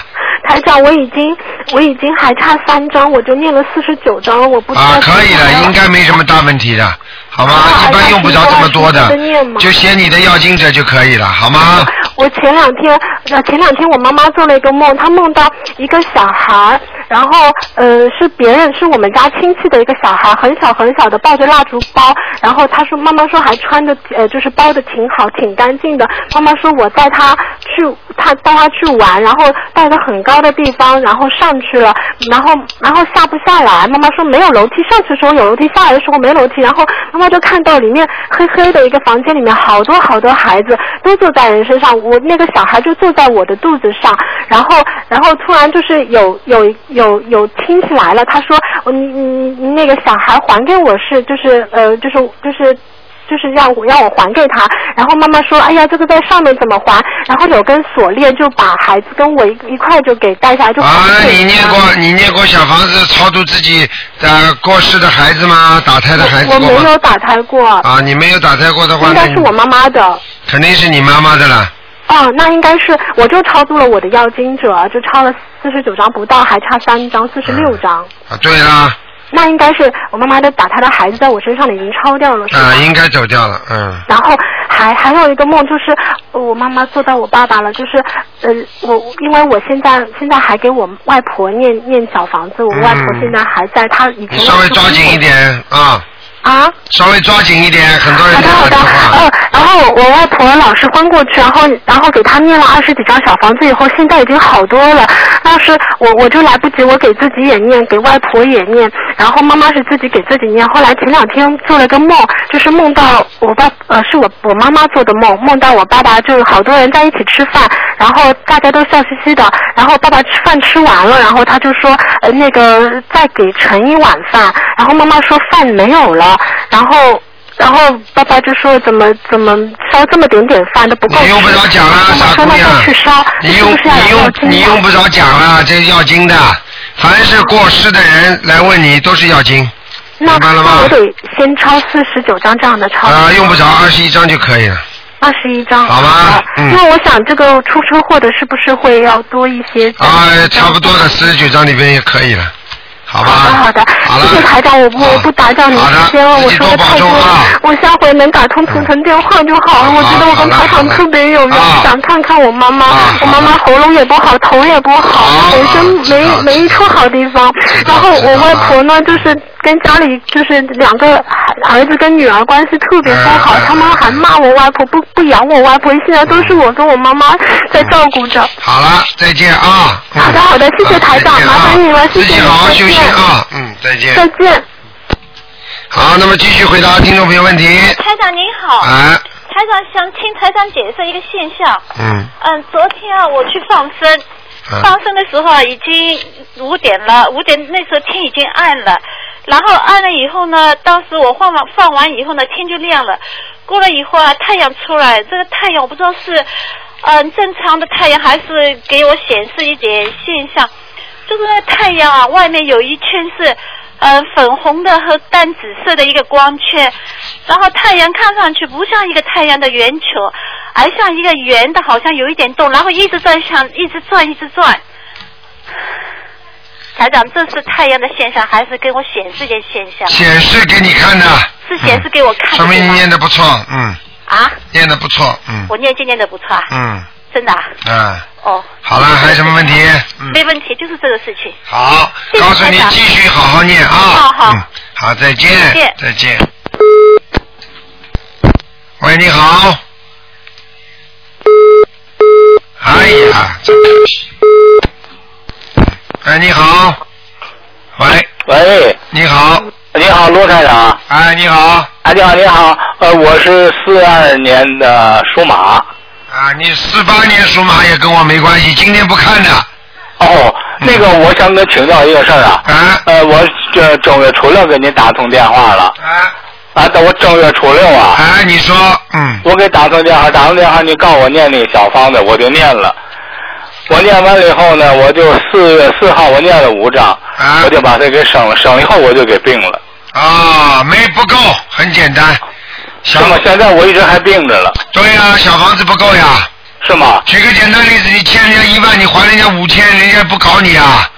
台长，我已经我已经还差三张，我就念了四十九张了，我不知道啊，可以的，应该没什么大问题的，好吗？一般用不着这么多的那你念，吧就写你的要经者就可以了，好吗？ 我前两天，呃，前两天我妈妈做了一个梦，她梦到一个小孩儿，然后呃是别人是我们家亲戚的一个小孩，很小很小的，抱着蜡烛包，然后她说妈妈说还穿的呃就是包的挺好，挺干净的。妈妈说我带他去，他带他去玩，然后到一个很高的地方，然后上去了，然后然后下不下来。妈妈说没有楼梯，上去的时候有楼梯，下来的时候没楼梯。然后妈妈就看到里面黑黑的一个房间里面好多好多孩子都坐在人身上，我那个小孩就坐在我的肚子上，然后然后突然就是有有有有亲戚来了，他说你你你那个小孩还给我是就是呃就是就是。就是让我让我还给他，然后妈妈说，哎呀，这个在上面怎么还？然后有根锁链就把孩子跟我一一块就给带下来，就啊，那还给你念他过你念过小房子超度自己呃过世的孩子吗？打胎的孩子我过没吗？有打胎过，啊，你没有打胎过的话，应那该你是我妈妈的。肯定是你妈妈的了。哦，那应该是我就超度了我的要经者，就超了四十九张不到，还差三张，四十六张。啊，对啦，那应该是我妈妈的打胎的孩子在我身上已经超掉了，是吧？啊，应该走掉了，嗯。然后还还有一个梦，就是呃我妈妈做到我爸爸了，就是呃，我因为我现在现在还给我外婆念念小房子，我外婆嗯现在还在，她以你前稍微抓紧一点啊，啊。稍微抓紧一点，很多人好都的好打的， 电话。嗯，然后后我外婆老是翻过去，然后然后给她念了二十几张小房子以后，现在已经好多了。当时我我就来不及，我给自己也念，给外婆也念，然后妈妈是自己给自己念。后来前两天做了个梦，就是梦到我爸呃是我我妈妈做的梦，梦到我爸爸就是好多人在一起吃饭，然后大家都笑嘻嘻的，然后爸爸吃饭吃完了，然后他就说呃那个再给盛一碗饭，然后妈妈说饭没有了，然后。然后爸爸就说怎么怎么烧这么点点饭都不够吃，你用不着讲了妈妈傻说姑那娘再去烧，你是用不是要你要用你用不着讲啊了，这要经的。凡是过世的人来问你都是要经，那明白了吗那我得先抄四十九张这样的抄。啊、用不着二十一张就可以了。二十一张。好吧嗯那我想这个出车祸的是不是会要多一些？啊、差不多的，四十九张里边也可以了，好吧？好的，啊好好的，了，谢谢台长，我不好我不打扰您好的时间了，我自己说多保的太多重了啊，嗯我下回能打通图腾电话就好了。我觉得我好跟了台好长了特别有缘啊，想看看我妈妈啊，好我妈妈喉咙也不好，头也不好好，浑身知道没没一处好地方知。道然后知道我外啊婆呢，就是跟家里就是两个儿儿子跟女儿关系特别不好嗯，他们还骂我外婆，不不养我外婆，现在都是我跟我妈妈在照顾着。好了，再见啊！嗯好的好的谢谢啊台长再见啊麻哎烦你了谢谢自己好好再见休息啊，嗯，再再见。见。 好，那么继续回答听众朋友问题。台长您好，啊，台长想听台长解释一个现象。嗯，嗯，昨天啊，我去放生，啊，放生的时候啊，已经五点了，五点那时候天已经暗了。然后暗了以后呢，当时我放完放完以后呢，天就亮了。过了以后啊，太阳出来，这个太阳我不知道是嗯、正常的太阳，还是给我显示一点现象，就是那个太阳啊，外面有一圈是呃粉红的和淡紫色的一个光圈，然后太阳看上去不像一个太阳的圆球，而像一个圆的，好像有一点动，然后一直在向一直转，一直转。台长，这是太阳的现象，还是给我显示点现象？显示给你看的。是显示给我看的说明对你吗念的不错，嗯，啊，念的不错，嗯，我念经念的不错啊，嗯，真的啊、啊，哦，好了，还有什么问题？嗯，没问题，就是这个事情。好，谢谢告诉你台长继续好好念啊。好好嗯，好，再再见见。再见。喂，你好。哎呀，真可惜。哎，你好。喂，喂，你好。哎你好，罗台长。哎，你好。哎，你好，你好，呃，我是四二年的属马。啊，你四八年属马也跟我没关系，今天不看的。哦，那个，我想跟请教一个事儿啊。嗯啊呃，我这正月初六给您打通电话了。啊啊，等我正月初六啊，啊，你说，嗯，我给打通电话，打通电话你告我念那个小方子，我就念了。我念完了以后呢，我就四月四号我念了五张，啊我就把它给省了，省了以后我就给病了。啊，没不够，很简单。小那么现在我一直还病着了，对呀、小房子不够呀。是吗？举个简单例子，你欠人家一万，你还人家五千，人家不搞你啊，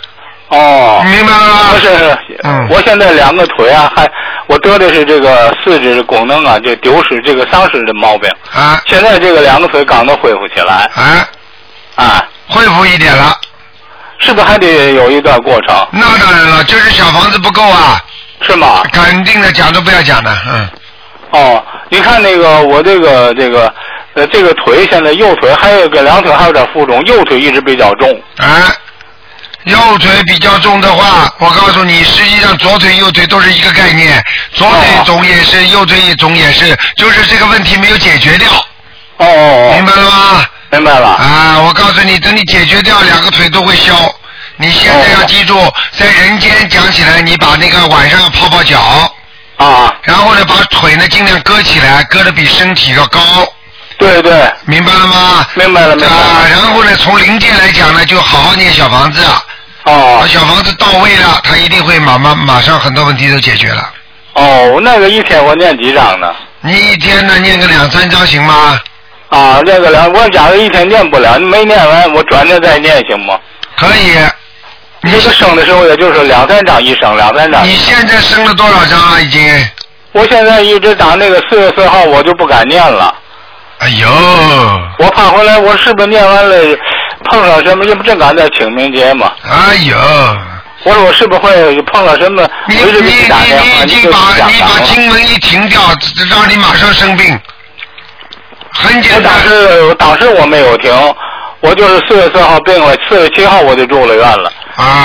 哦。你明白了吗？不是，嗯我现在两个腿啊，还我得的是这个四肢的功能啊，就丢失这个丧失的毛病。啊现在这个两个腿刚能恢复起来啊，啊，恢复一点了。是不是还得有一段过程？那当然了，就是小房子不够啊，是吗？肯定的，讲都不要讲的，嗯。哦，你看那个我这个这个呃这个腿现在右腿还有个两腿还有点浮肿，右腿一直比较重。啊，右腿比较重的话，我告诉你，实际上左腿右腿都是一个概念，左腿哦肿也是，右腿也肿也是，就是这个问题没有解决掉，哦哦明哦，白了吗？明白了。啊，我告诉你，等你解决掉，两个腿都会消。你现在要记住，哦在人间讲起来，你把那个晚上泡泡脚，啊，然后呢，把腿呢尽量搁起来，搁的比身体要高，对对，明白了吗？明白了明白啊，然了。后呢，从零件来讲呢，就好好念小房子。把哦小房子到位了，他一定会马马马上很多问题都解决了。哦，那个一天我念几张呢？你一天呢念个两三章行吗？啊，这个了，我假如一天念不了，没念完，我转着再念行吗？可以。这你个生的时候，也就是两三张一生，两三张。你现在生了多少章啊？已经？我现在一直打那个四月四号，我就不敢念了，哎呦，我怕回来我是不是念完了碰上什么？这不正赶在清明节嘛？哎呦，我说我是不是会碰上什么？你我你一直你给你打电话，已你经就把想你打把了。经文一停掉，让你马上生病。很我简单当。时当时我没有停，我就是四月四号病了，四月七号我就住了院了，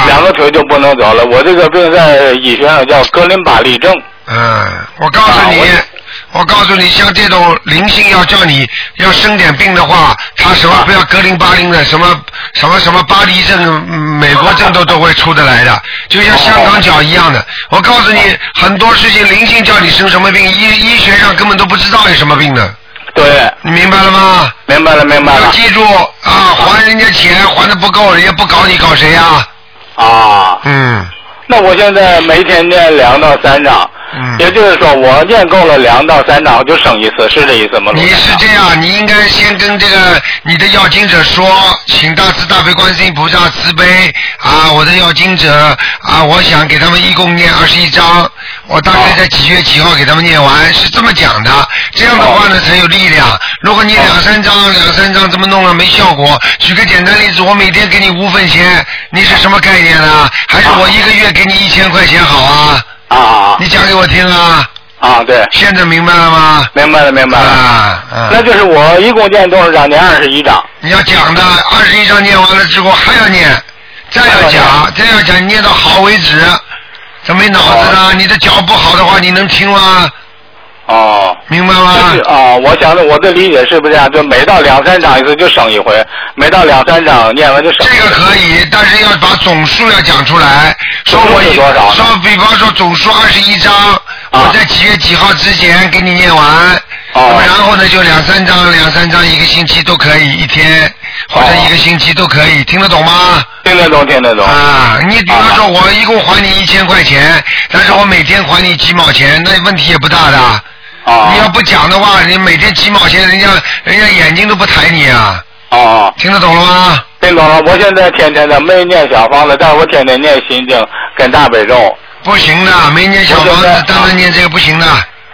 两啊，个腿就不能走了。我这个病在医学上叫格林巴利症。嗯，我告诉你，啊我告诉你，像这种灵性要叫你要生点病的话，他什么不要格林巴林的，什么什么什么巴黎症、嗯美国症都都会出得来的，就像香港脚一样的。我告诉你，很多事情灵性叫你生什么病，医医学上根本都不知道有什么病的，对，你明白了吗？明白了，明白要了。记住啊，还人家钱还的不够，人家不搞你搞谁呀、啊，嗯那我现在每天念两到三章，嗯。也就是说我念够了两到三章我就生一次，是这意思吗？你卢台是长这样，你应该先跟这个你的要经者说，请大慈大悲观世音菩萨慈悲啊，我的要经者啊，我想给他们一共念二十一章，我大概在几月几号给他们念完，是这么讲的。这样的话呢才有力量。如果你两三章两三章这么弄了没效果，举个简单例子，我每天给你五分钱，你是什么概念啊？还是我一个月给你一千块钱好啊？啊啊你讲给我听啊！啊啊！对，现在明白了吗？明白了，明白了。啊，嗯那就是我一共念多少章？念二十一章。你要讲的二十一章念完了之后还要念，再要讲，再要讲，念到好为止。怎么没脑子呢？你的脚不好的话，你能听吗？哦。明白就吗是？啊、我想的我的理解是不是这样？就每到两三章一次就生一回，每到两三章念完就生。这个可以，但是要把总数要讲出来。说我总数是多少呢啊说比方说总数二十一章，我在几月几号之前给你念完。那么哦然后呢，就两三章，两三章一个星期都可以，一天或者哦一个星期都可以，听得懂吗？听得懂，听得懂。啊，你比方说，我一共还你一千块钱，但是我每天还你几毛钱，那问题也不大的。哦你要不讲的话，你每天几毛钱，人家人家眼睛都不抬你啊！哦，听得懂了吗？听懂了。我现在天天的没念小房子，但是我天天念心经跟大悲咒，不行的，没念小房我觉子得，单单念这个不行的。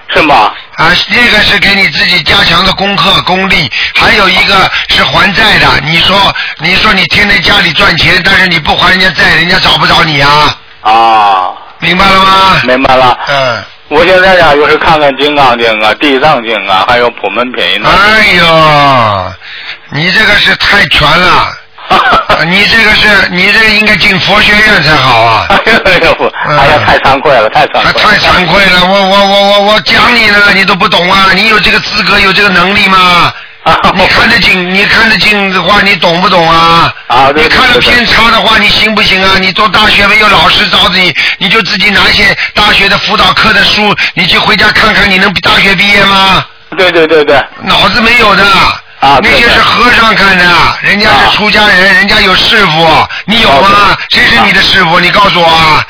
是吗？啊，那个是给你自己加强的功课功力，还有一个是还债的。你说，你说你天天家里赚钱，但是你不还人家债，人家找不着你啊？啊，明白了吗？明白了。嗯。我现在呀，就是看看《金刚经》啊，《地藏经》啊，还有《普门品》呢。哎呦，你这个是太全了， 呃你这个是你这个应该进佛学院才好啊！哎呦哎呦，哎呀，太惭愧了，太惭还愧了。太惭愧了，我我我我我讲你呢，你都不懂啊！你有这个资格，有这个能力吗？啊你看得 进，你看得进的话，你懂不懂啊？啊，对你看对得对对偏差的话，你行不行啊？你做大学没有老师找你，你就自己拿一些大学的辅导课的书，你去回家看看，你能大学毕业吗？对对对对，脑子没有的。啊那对些对是和尚看的，人家啊是出家人，人家有师傅，你有吗啊？谁是你的师傅？你告诉我啊！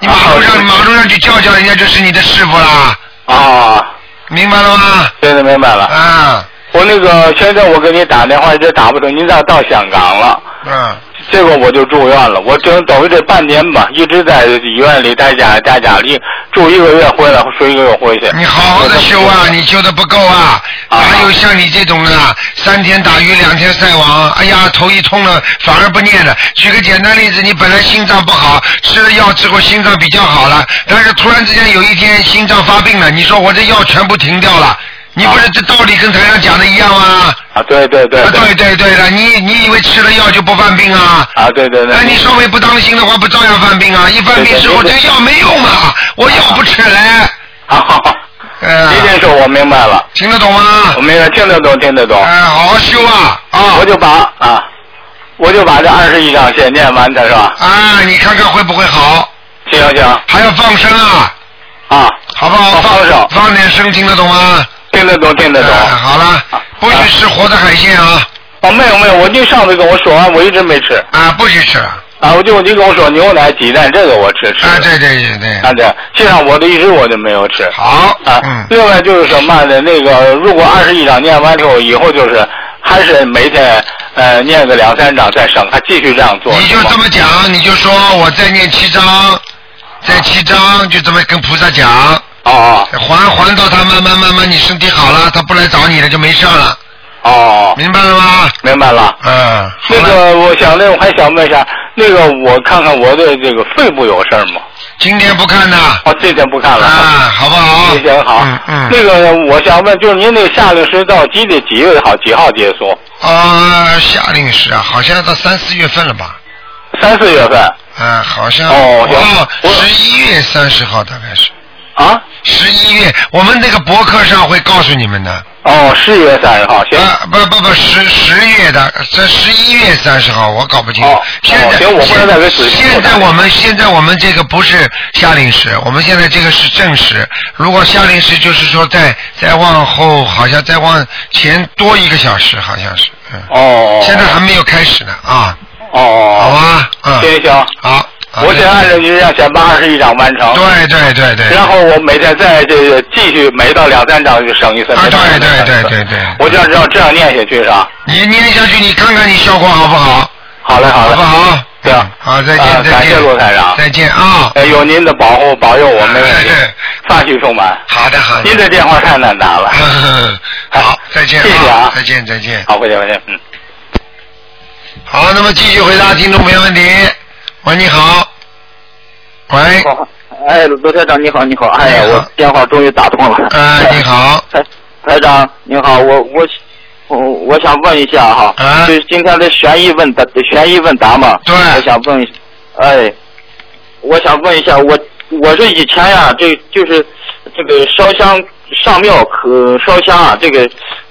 你马路啊上对马路上去叫叫人家就是你的师傅啦，啊，明白了吗？现在明白了。啊，我那个现在我给你打电话一直打不通，您咋到香港了？嗯，结果我就住院了，我整等于这半年吧，一直在医院里在家在家里住一个月回来，睡一个月回去。你好好的修啊，你修的不够啊！啊哪有像你这种的，三天打鱼两天晒网？哎呀，头一痛了反而不念了。举个简单例子，你本来心脏不好，吃了药之后心脏比较好了，但是突然之间有一天心脏发病了，你说我这药全部停掉了，你不是这道理跟台上讲的一样吗？啊，对对对啊，对对对对了，你你以为吃了药就不犯病啊？啊，对对对那，你稍微不当心的话，不照样犯病啊？一犯病之后，这对对个药没用啊，我药不吃了。好好好，嗯、您这说我明白了，听得懂吗？我明白，听得懂，听得懂。哎，好好修啊啊！我就把啊，我就把这二十一章先念完，他说，啊，你看看会不会好？行行行还要放生啊，啊，好不好？哦放生放点生，听得懂吗？听得懂，听得懂。哎好了啊，不许吃活的海鲜啊！哦，没有没有，我就上次跟我说完，我一直没吃啊，不许吃！啊，啊，我就你跟我说牛奶、鸡蛋这个我吃吃。对对对对，啊对，这样我的一直我就没有吃。好，啊，嗯，另外就是什么呢？那个如果二十一章念完之后，以后就是还是每天呃念个两三章再生，还继续这样做。你就是吗这么讲，你就说我再念七章，再七章，就这么跟菩萨讲，哦还还到他慢慢慢慢你身体好了，他不来找你了就没事儿了，哦哦，明白了吗？明白了。嗯，那个，我想那我还想问一下，那个我看看我的这个肺部有事儿吗？今天不看了，哦，这天不看了。啊，好不好？行行好。嗯嗯那个我想问，就是您那个夏令时到几点几月好几号结束？啊，夏令时啊，好像要到三四月份了吧？三四月份。啊，好像哦行我十一月三十号大概是。啊？十一月，我们那个博客上会告诉你们的。哦，十月三十号，行。啊，不不不，十十月的，这十一月三十号，我搞不清楚。哦现在、哦行我不能再给仔细现在我们现在我们这个不是夏令时，我们现在这个是正时。如果夏令时，就是说再再往后，好像再往前多一个小时，好像是。嗯。哦。现在还没有开始呢啊，哦。好吧，嗯，啊行行，好。好我再先按照您让选拔二十一张完成。对对对对。然后我每天再这个继续每到两三张就省一次。啊每到对两三张对对对对我就要知道这样念下去是吧？你念下去，你看看你效果好不好？好嘞好嘞。好不好？嗯对啊好，再见啊再见。感谢罗台长再见啊。哎，有您的保护保佑我没问题哎啊对，发喜充满。好的好的。您的电话太难打了。 好，再见谢谢啊再见再见。好，不见不见，嗯。好，那么继续回答听众朋友问题。喂，你好。喂，哦好，哎，罗台长你好，你好，哎呀，你好我电话终于打通了。呃，你好，台台长你好，我我我我想问一下哈，啊就是今天的悬疑问答悬疑问答嘛，对我想问，哎，我想问一下，我我这以前呀、这就是这个烧香上庙可烧香啊，这个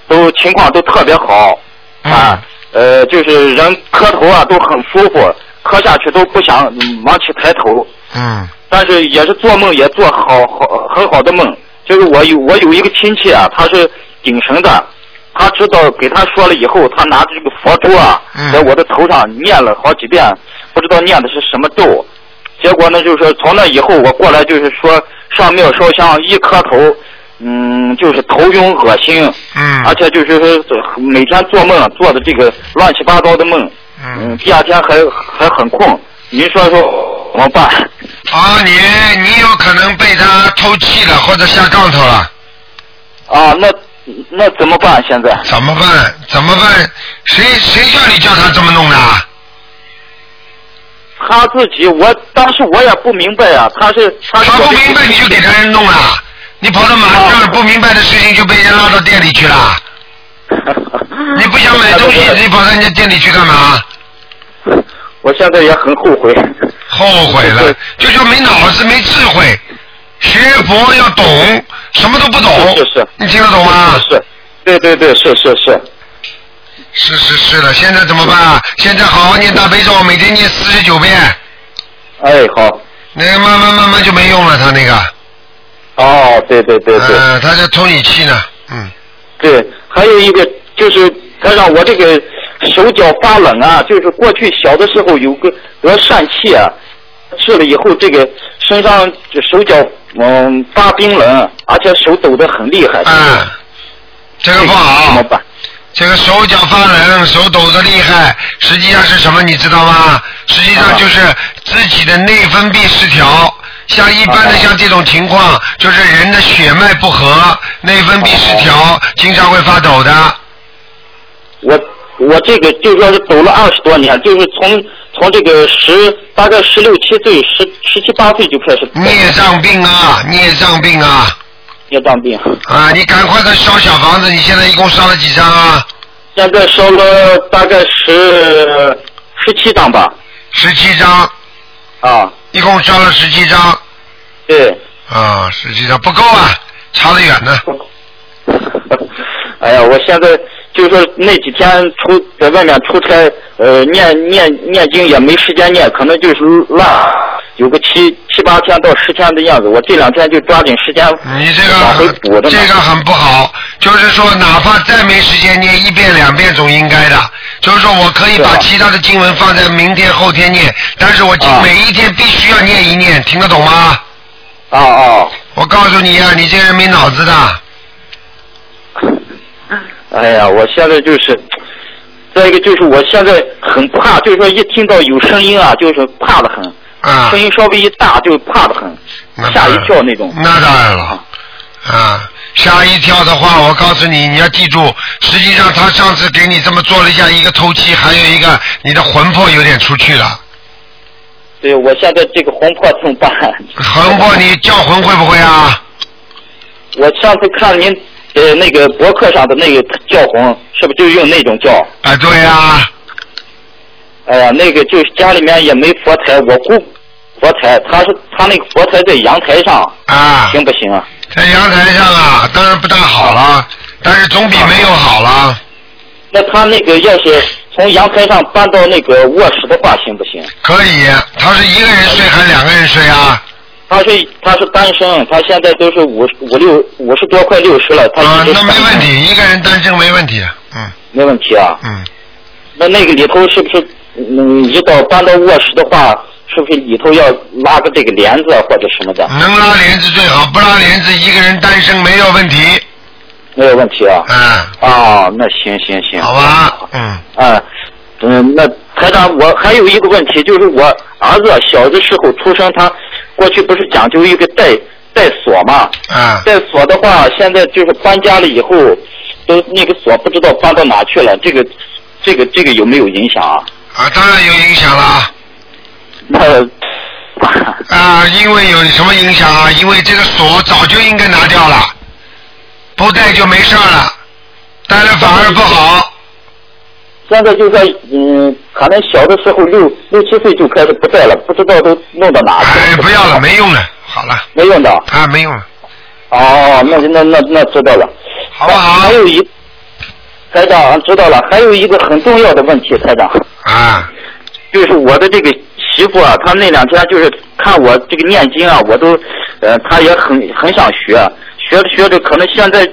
都情况都特别好啊，呃，就是人磕头啊都很舒服，磕下去都不想往起抬头。嗯但是也是做梦也做好好很好的梦。就是我有我有一个亲戚啊，他是顶神的，他知道给他说了以后，他拿着这个佛珠啊嗯，在我的头上念了好几遍，不知道念的是什么咒。结果呢，就是说从那以后我过来就是说上庙烧香一磕头，嗯，就是头晕恶心，嗯，而且就是说每天做梦做的这个乱七八糟的梦，嗯，嗯，第二天还还很困。您说说怎么办？啊，你你有可能被他偷气了，或者下杠头了，啊，那那怎么办？现在怎么办？怎么办？谁谁叫你叫他这么弄的？他自己，我当时我也不明白啊，他是他哦是他不明白你就给他人弄了，你跑到马路上不明白的事情就被人家拉到店里去 了。你不想买东西，你跑到人家店里去干嘛？我现在也很后悔。后悔了对，就叫没脑子、没智慧。学佛要懂，什么都不懂。是是是你听得懂吗？是是，对对对，是是是。是是是的，现在怎么办啊？现在好好念大悲咒，每天念四十九遍，哎，好，那个慢慢慢慢就没用了。他那个，哦，对对对对、嗯，他在偷你气呢。嗯，对，还有一个就是他让我这个手脚发冷啊，就是过去小的时候有个得疝气啊，治了以后这个身上就手脚嗯发冰冷，而且手抖得很厉害。嗯，哦这这个个不怎好么。办？这个手脚发冷，手抖得厉害，实际上是什么？你知道吗？实际啊上就是自己的内分泌失调。像一般的啊像这种情况，就是人的血脉不和，内分泌失啊调，经常会发抖的。我我这个就说是走了二十多年，就是从从这个十大概十六七岁、十十七八岁就开始孽障病啊，孽障病啊！业障病，啊，你赶快的烧小房子，你现在一共烧了几张啊？现在烧了大概十呃十七张吧。十七张，啊，一共烧了十七张。对，啊，十七张不够啊，差得远呢。嗯哎呀，我现在就说那几天出在外面出差，呃，念念念经也没时间念，可能就是乱，有个七七八天到十天的样子。我这两天就抓紧时间你这往回补个的嘛。这个很不好，就是说哪怕再没时间念一遍两遍总应该的，就是说我可以对把啊其他的经文放在明天后天念，但是我今啊每一天必须要念一念，听得懂吗？啊啊！我告诉你啊，你这个人没脑子的，哎呀，我现在就是，再一个就是我现在很怕，就是说一听到有声音啊，就是怕的很，啊嗯声，音稍微一大就怕的很那，吓一当然跳那种。那当然了，啊，吓一跳的话，我告诉你，你要记住，实际上他上次给你这么做了一下，一个透气，还有一个你的魂魄有点出去了。对，我现在这个魂魄怎么办？魂魄，你叫魂会不会啊？我上次看您呃那个博客上的那个叫魂，是不是就用那种叫？啊，对呀、哎呀，那个就是家里面也没佛台，我姑佛台，他是他那个佛台在阳台上，啊，行不行啊？在阳台上啊，当然不大好了，但是总比没有好了。那他那个要是从阳台上搬到那个卧室的话，行不行？可以，他是一个人睡还是两个人睡啊？他是他是单身，他现在都是五十五六五十多快六十了，他啊一，直那是没单身问题，一个人单身没问题。嗯，没问题啊。嗯。那那个里头是不是，嗯，一到搬到卧室的话，是不是里头要拉个这个帘子或者什么的？能拉帘子最好，不拉帘子一个人单身没有问题。没有问题啊。嗯，啊，那行行行。好吧，嗯，啊，嗯，那台长，我还有一个问题，就是我儿子小的时候出生，他过去不是讲究一个带带锁嘛？啊，带锁的话，现在就是搬家了以后，都那个锁不知道搬到哪去了，这个这个这个有没有影响啊？啊，当然有影响了啊。那啊，因为有什么影响啊？因为这个锁早就应该拿掉了，不戴就没事儿了，戴了反而不好。现在就说，嗯，可能小的时候六六七岁就开始不戴了，不知道都弄到哪去了。哎，不要了，没用了，好了，没用的。啊，没用了，哦，那那那那知道了。好不好还？有一，台长知道了，还有一个很重要的问题，台长，啊，就是我的这个媳妇啊，她那两天就是看我这个念经啊，我都，呃，她也很很想学，学着学着，可能现在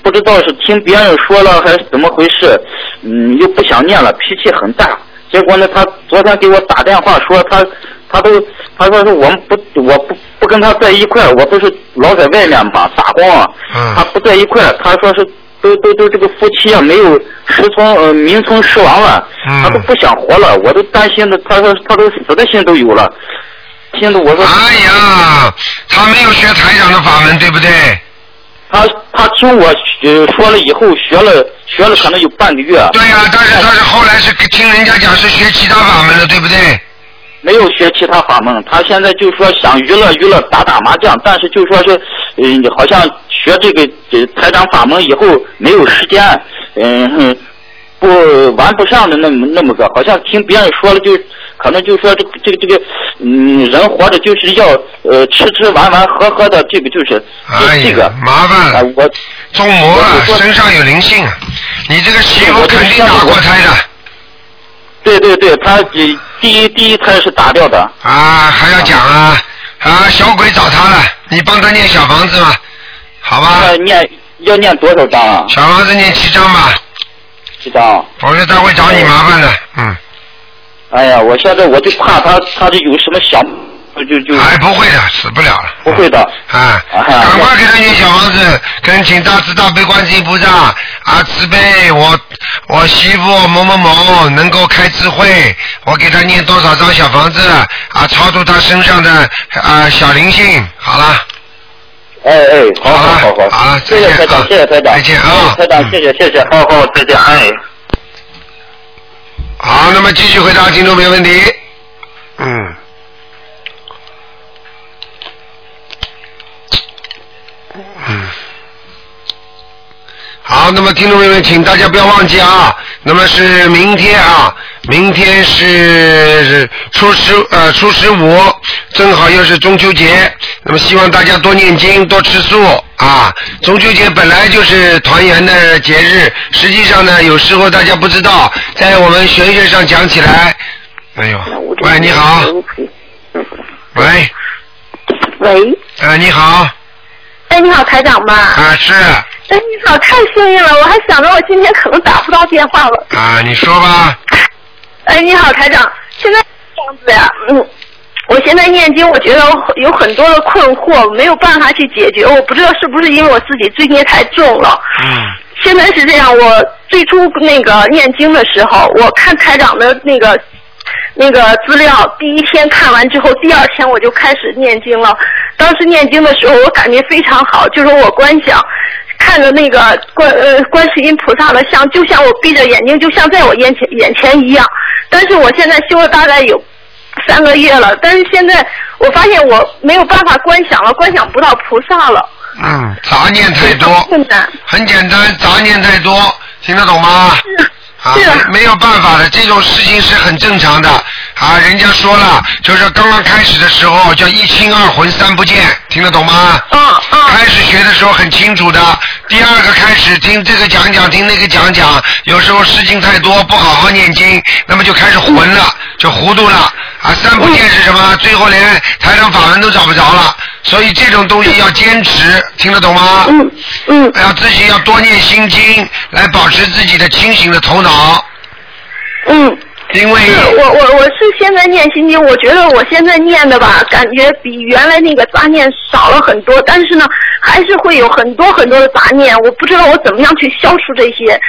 不知道是听别人说了还是怎么回事，嗯，又不想念了，脾气很大。结果呢，她昨天给我打电话说她。她都，她说是我们不，我不不跟她在一块儿，我不是老在外面嘛打工啊，嗯他，不在一块儿，他说是都都都这个夫妻啊没有时从呃名存实亡了，嗯他都不想活了，我都担心的，他说他都死的心都有了，心的我说、哎呀，他没有学台长的法门，对不对？他他听我呃说了以后学了学了可能有半个月，对哎呀、但是他是后来是听人家讲是学其他法门的，对不对？没有学其他法门，他现在就说想娱乐娱乐打打麻将，但是就说是嗯、好像学这个呃台长法门以后没有时间，嗯、哼不玩不上的那么那么个，好像听别人说了就，可能就说这个这个这个，嗯，人活着就是要呃吃吃玩玩喝喝的，这个就是就哎这个呀，麻烦啊了，我中魔了，身上有灵性啊！你这个媳妇肯定打过胎的对对对，他呃第一第一胎是打掉的，啊，还要讲啊啊，小鬼找他了，你帮他念小房子吧，好吧？要念要念多少章啊？小房子念七章吧，几章？否则他会找你麻烦的。嗯，哎呀，我现在我就怕他，他就有什么想，就就哎，不会的，死不了了。不会的。啊，啊赶快给他念小房子，跟请大慈大悲观世音菩萨啊慈悲我我媳妇某某某能够开智慧，我给他念多少张小房子啊，超度他身上的啊小灵性，好了，啊哎哎，好好好好，好了谢谢台长，再谢见谢台长，再见啊台长，嗯谢谢谢谢，好好再见，哎。好，那么继续回答听众没问题，嗯。嗯，好，那么听众朋友们，请大家不要忘记啊，那么是明天啊，明天是初十呃初十五，正好又是中秋节，那么希望大家多念经，多吃素啊。中秋节本来就是团圆的节日，实际上呢，有时候大家不知道，在我们玄学上讲起来，哎呦，喂，你好，喂，喂，呃，你好，哎，你好，台长吧？啊是哎，你好，太幸运了！我还想着我今天可能打不到电话了。啊，你说吧，哎，你好，台长，现在是这样子呀，嗯。我现在念经，我觉得我有很多的困惑，没有办法去解决。我不知道是不是因为我自己罪孽太重了。嗯现在是这样，我最初那个念经的时候，我看台长的那个那个资料，第一天看完之后，第二天我就开始念经了。当时念经的时候，我感觉非常好，就是我观想。看着那个观呃观世音菩萨的像，就像我闭着眼睛，就像在我眼前眼前一样。但是我现在修了大概有三个月了，但是现在我发现我没有办法观想了，观想不到菩萨了。嗯，杂念太多，困难。很简单，杂念太多，听得懂吗？啊，没没有办法的，这种事情是很正常的啊。人家说了，就是刚刚开始的时候叫一清二魂三不见，听得懂吗？嗯嗯。开始学的时候很清楚的，第二个开始听这个讲讲，听那个讲讲，有时候事情太多，不好好念经，那么就开始混了，就糊涂了啊。三不见是什么？最后连台上法门都找不着了。所以这种东西要坚持，听得懂吗？嗯嗯。要自己要多念心经，来保持自己的清醒的头脑。嗯。因为是我我我是现在念心经，我觉得我现在念的吧，感觉比原来那个杂念少了很多，但是呢，还是会有很多很多的杂念，我不知道我怎么样去消除这些。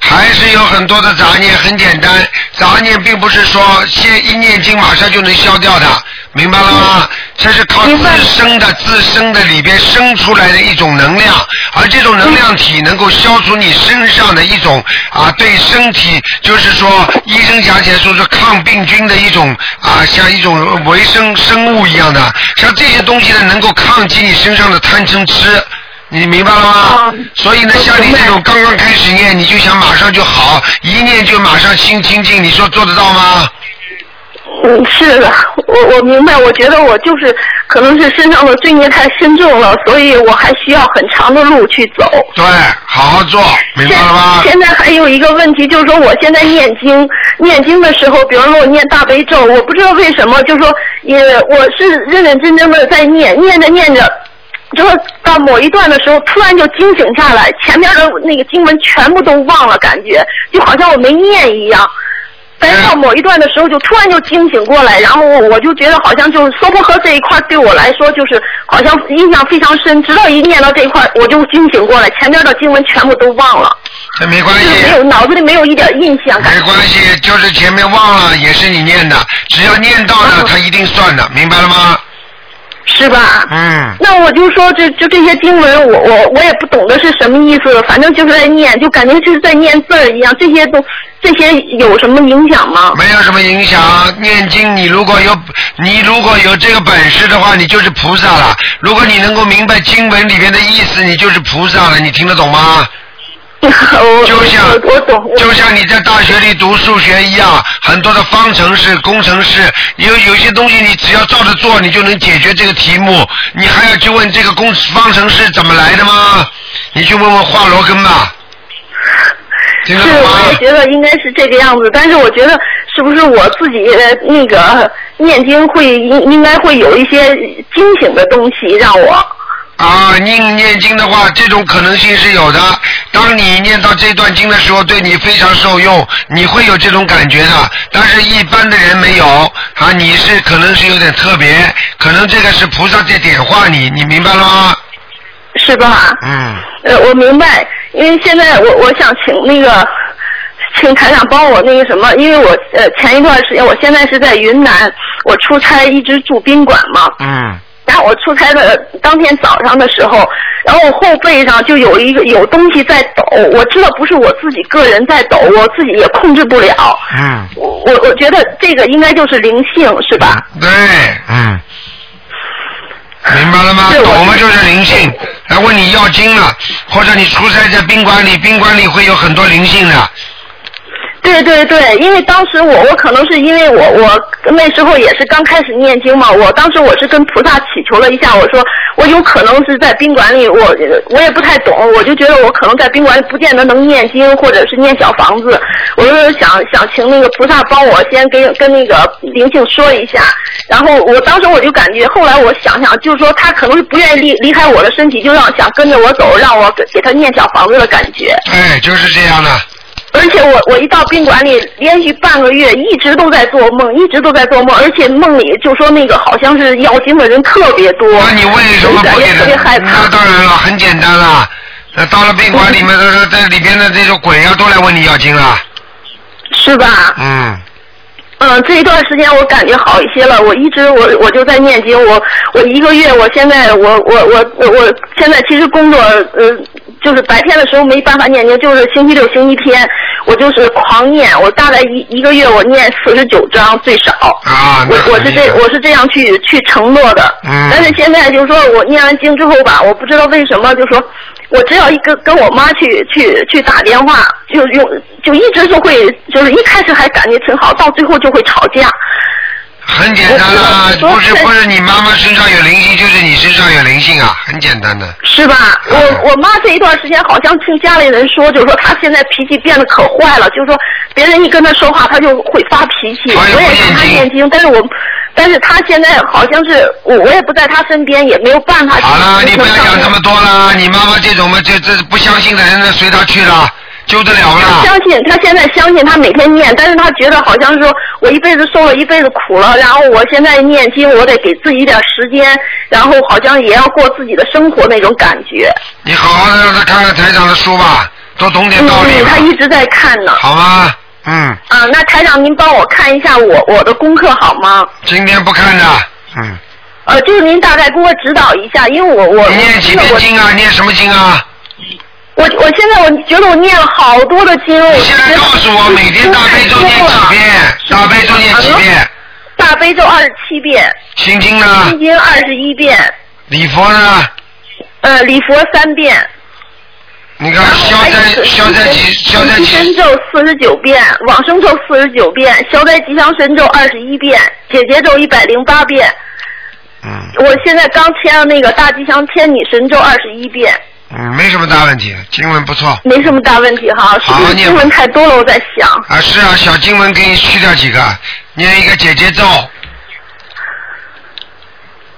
还是有很多的杂念，很简单，杂念并不是说先一念经马上就能消掉的，明白了吗？这是靠自身的自身的里边生出来的一种能量，而这种能量体能够消除你身上的一种啊，对身体就是说医生讲起来说是抗病菌的一种啊，像一种维生生物一样的，像这些东西呢，能够抗击你身上的贪嗔痴。你明白了哦吗？所以呢，像你这种刚刚开始念，你就想马上就好，一念就马上心清净，你说做得到吗？嗯，是的，我我明白，我觉得我就是可能是身上的罪孽太深重了，所以我还需要很长的路去走。对，好好做，明白了吗？现在还有一个问题，就是说我现在念经，念经的时候，比方说我念大悲咒，我不知道为什么，就是说也我是认认真真的在念，念着念着。就是到某一段的时候，突然就惊醒下来，前面的那个经文全部都忘了，感觉就好像我没念一样。但是到某一段的时候，就突然就惊醒过来，然后我就觉得好像就是娑婆诃这一块对我来说，就是好像印象非常深。直到一念到这一块，我就惊醒过来，前面的经文全部都忘了。这哎没关系，没有脑子里没有一点印象。没关系，就是前面忘了也是你念的，只要念到哦了，它一定算的，明白了吗？是吧？嗯。那我就说这就这些经文，我我我也不懂得是什么意思，反正就是在念，就感觉就是在念字儿一样。这些都这些有什么影响吗？没有什么影响。念经，你如果有你如果有这个本事的话，你就是菩萨了。如果你能够明白经文里面的意思，你就是菩萨了。你听得懂吗？就像就像你在大学里读数学一样，很多的方程式、工程式，有有些东西你只要照着做，你就能解决这个题目。你还要去问这个公方程式怎么来的吗？你去问问华罗庚吧。是，我也觉得应该是这个样子，但是我觉得是不是我自己呃那个念经会应应该会有一些惊醒的东西让我。啊，念念经的话，这种可能性是有的。当你念到这段经的时候，对你非常受用，你会有这种感觉的。但是，一般的人没有啊，你是可能是有点特别，可能这个是菩萨在点化你，你明白了吗？是吧？嗯。呃，我明白，因为现在我我想请那个，请台长帮我那个什么，因为我呃前一段时间，我现在是在云南，我出差一直住宾馆嘛。嗯。然后我出差的当天早上的时候，然后我后背上就有一个有东西在抖，我知道不是我自己个人在抖，我自己也控制不了。嗯。我我我觉得这个应该就是灵性，是吧？对，嗯。明白了吗？懂了就是灵性，来问你要经了，或者你出差在宾馆里，宾馆里会有很多灵性的。对对对，因为当时我我可能是因为我我那时候也是刚开始念经嘛，我当时我是跟菩萨祈求了一下，我说我有可能是在宾馆里，我我也不太懂，我就觉得我可能在宾馆里不见得能念经或者是念小房子，我就是想想请那个菩萨帮我先跟跟那个灵性说一下，然后我当时我就感觉，后来我想想，就是说他可能是不愿意离离开我的身体，就让想跟着我走，让我给给他念小房子的感觉。对，哎就是这样的。而且我我一到宾馆里，连续半个月一直都在做梦，一直都在做梦，而且梦里就说那个好像是要经的人特别多。那你为什么不给他？那当然了，很简单啦。那到了宾馆里面，这这里边的这种鬼啊，都来问你要经了。是吧？嗯。嗯，这一段时间我感觉好一些了。我一直我我就在念经，我我一个月，我现在我我我我我现在其实工作呃，就是白天的时候没办法念经，就是星期六、星期天，我就是狂念，我大概一一个月我念四十九章最少。啊，我我是这我是这样去去承诺的。嗯但是现在就是说我念完经之后吧，我不知道为什么，就说我只要一跟跟我妈去去去打电话，就用就一直就会就是一开始还感觉挺好，到最后就会吵架。很简单啦，不是不是你妈妈身上有灵性，就是你身上有灵性啊，很简单的。是吧？嗯我我妈这一段时间好像听家里人说，就是说她现在脾气变得可坏了，就是说别人一跟她说话，她就会发脾气。我也让她念经，但是我，但是她现在好像是我，我也不在她身边，也没有办法。好了，你不要讲这么多啦，你妈妈这种嘛，这这不相信的人，那随她去了，救得了不啦？相信她现在相信她每天念，但是她觉得好像是说我一辈子受了一辈子苦了，然后我现在念经，我得给自己一点时间，然后好像也要过自己的生活那种感觉。你好好的让她看看台长的书吧，多懂点道理嗯，吧她，一直在看呢。好吗？嗯，啊，那台长您帮我看一下我我的功课好吗？今天不看的，嗯。呃，就是您大概给我指导一下，因为我我你念几遍经啊？念什么经啊？我我现在我觉得我念了好多的经，我现在告诉我每天大悲咒念几遍？大悲咒念几遍？大悲咒二十七遍，心经呢？心经二十一遍，礼佛呢？呃，礼佛三遍，你看消哎灾消灾吉消灾吉吉神咒四十九遍，往生咒四十九遍，消灾吉祥神咒二十一遍，解结咒一百零八遍。嗯。我现在刚签了那个大吉祥天女神咒二十一遍。嗯，没什么大问题，经文不错。没什么大问题哈，是不是新闻太多了？我在想，啊，是啊，小经文给你去掉几个，念一个姐姐咒，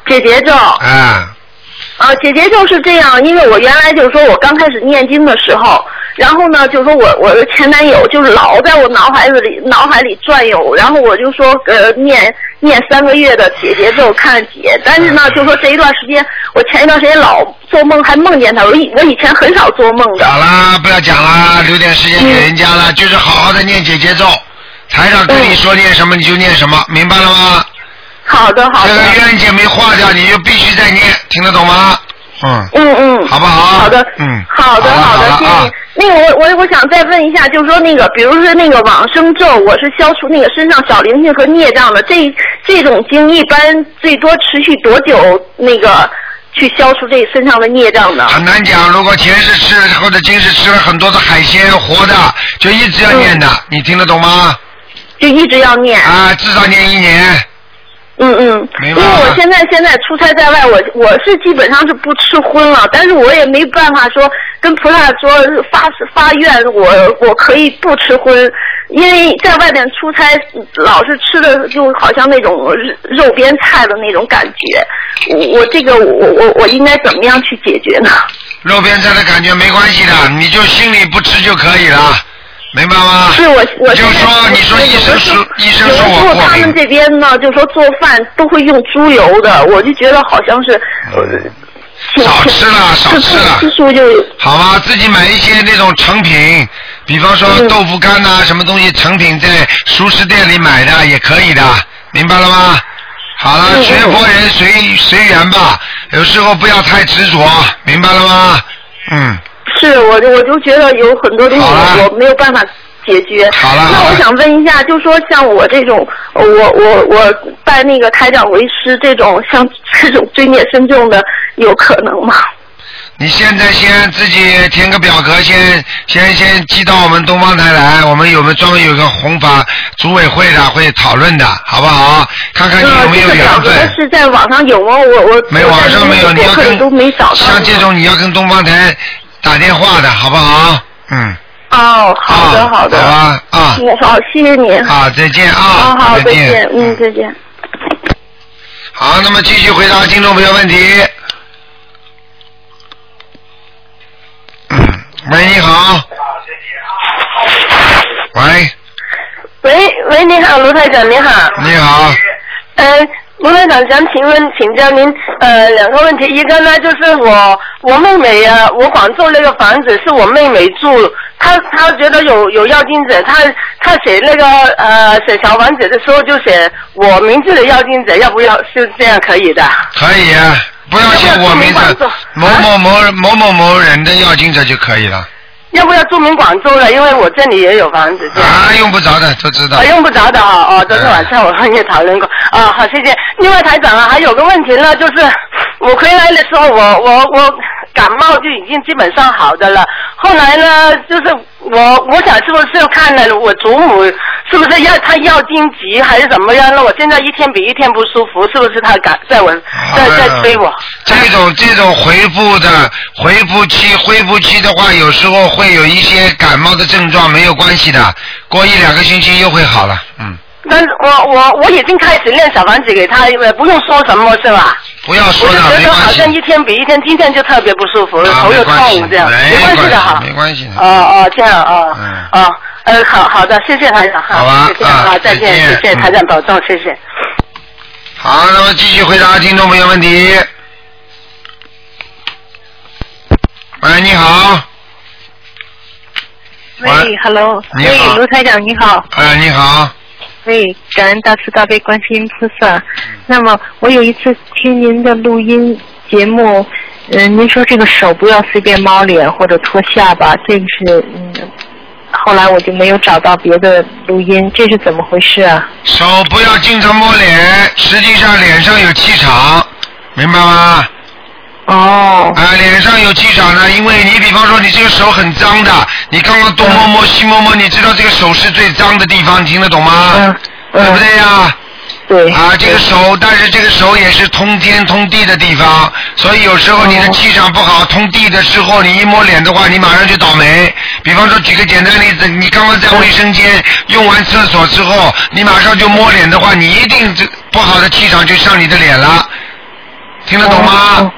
解结咒啊，啊，解结咒是这样，因为我原来就是说我刚开始念经的时候，然后呢，就是说我我的前男友就是老在我脑海子里脑海里转悠，然后我就说呃念念三个月的解结咒看解，但是呢，啊就说这一段时间，我前一段时间老做梦还梦见他，我以我以前很少做梦的。好啦，啊不要讲啦，留点时间给人家啦，就是好好的念姐姐咒，台长跟你说念什么你就念什么，明白了吗？嗯好的，好的。这个冤结没化掉，你就必须再念，听得懂吗？嗯。嗯嗯，好不好？好的。嗯。好的，好啊的，谢谢你。那个，我我我想再问一下，就是说那个，比如说那个往生咒，我是消除那个身上小灵性和孽障的，这这种经一般最多持续多久？那个去消除这身上的孽障呢？很难讲，如果前世吃或者今世吃了很多的海鲜活的，就一直要念的，你听得懂吗？就一直要念。啊，至少念一年。嗯嗯，明因白为了我现在现在出差在外，我我是基本上是不吃荤了，但是我也没办法说跟菩萨说发发愿我，我可以不吃荤，因为在外面出差老是吃的就好像那种肉肉边菜的那种感觉，我我这个我我我应该怎么样去解决呢？肉边菜的感觉没关系的，你就心里不吃就可以了，明白吗？是我我就说你说医生说医生说有我的时候过他敏，们这边呢，就说做饭都会用猪油的，我就觉得好像是。嗯呃少吃了，少吃了，好吧，自己买一些那种成品，比方说豆腐干呐、什么东西成品，在熟食店里买的也可以的，明白了吗？好了，学佛人随随缘吧，有时候不要太执着，明白了吗？嗯，是我就我就觉得有很多东西我我没有办法解决。好了。那我想问一下，就说像我这种，呃我我我拜那个台长为师这种，像 这种罪孽深重的，有可能吗？你现在先自己填个表格，先先先寄到我们东方台来，我们有没有专门有个红法组委会的会讨论的，好不好？看看你有没有呃这个表缘格分。是在网上有吗？我我没网上没有，你要跟都没找到。像这种你要跟东方台打电话的，好不好？嗯，哦，好的好的。嗯好吧啊。好，谢谢你。好，再见啊，好好，再再见见，嗯，再见。好，那么继续回答听众朋友问题。嗯喂，你好。喂，喂喂，你好，卢台长，你好。你好。呃，卢台长想请问请教您呃两个问题，一个呢就是我我妹妹啊，我广州那个房子是我妹妹住，他他觉得有有药精者，他他写那个呃写小房子的时候就写我名字的药精者，要不要是这样可以的？可以啊，不要写我名字，某某某某某某人的要经者就可以了。要不要注明广州了？因为我这里也有房子。这样啊，用不着的，都知道哎哎啊，。用不着的啊，哦，昨天晚上我和你讨论过啊，好，谢谢。另外台长啊，还有个问题呢，就是我回来的时候，我我我感冒就已经基本上好的了。后来呢，就是我我想是不是看了我祖母是不是要她要荆棘还是怎么样？那我现在一天比一天不舒服，是不是她感在我在在催我？这种这种回复的回复期恢复期的话，有时候会有一些感冒的症状，没有关系的，过一两个星期又会好了。嗯，但是我我我已经开始练小房子给她，呃不用说什么是吧？不要我说就了，觉没得关好系，啊像一天比一天，今天就特别不舒服，头又痛这样，嗯没关系的哈。没关系的。哦哦，这样哦，哦，呃，好好的，谢谢台长哈，好吧谢谢啊，啊再见，再见谢谢台长保重，谢谢。好，那么继续回答听众朋友问题。喂，你好，喂，Hello，啊你好喂，卢台长你好，哎，你好，喂，感恩大慈大悲观世音菩嗯萨。那么我有一次听您的录音节目，嗯、您说这个手不要随便猫脸或者脱下巴，这个是嗯，后来我就没有找到别的录音，这是怎么回事啊？手不要经常摸脸，实际上脸上有气场，明白吗？哦。啊，脸上有气场呢，因为你比方说你这个手很脏的，你刚刚东摸摸西摸摸，你知道这个手是最脏的地方，你听得懂吗？对不对呀、对。啊，这个手，但是这个手也是通天通地的地方，所以有时候哦你的气场不好，通地的时候，你一摸脸的话，你马上就倒霉。比方说，举个简单的例子，你刚刚在卫生间用完厕所之后，你马上就摸脸的话，你一定这不好的气场就上你的脸了，听得懂哦吗？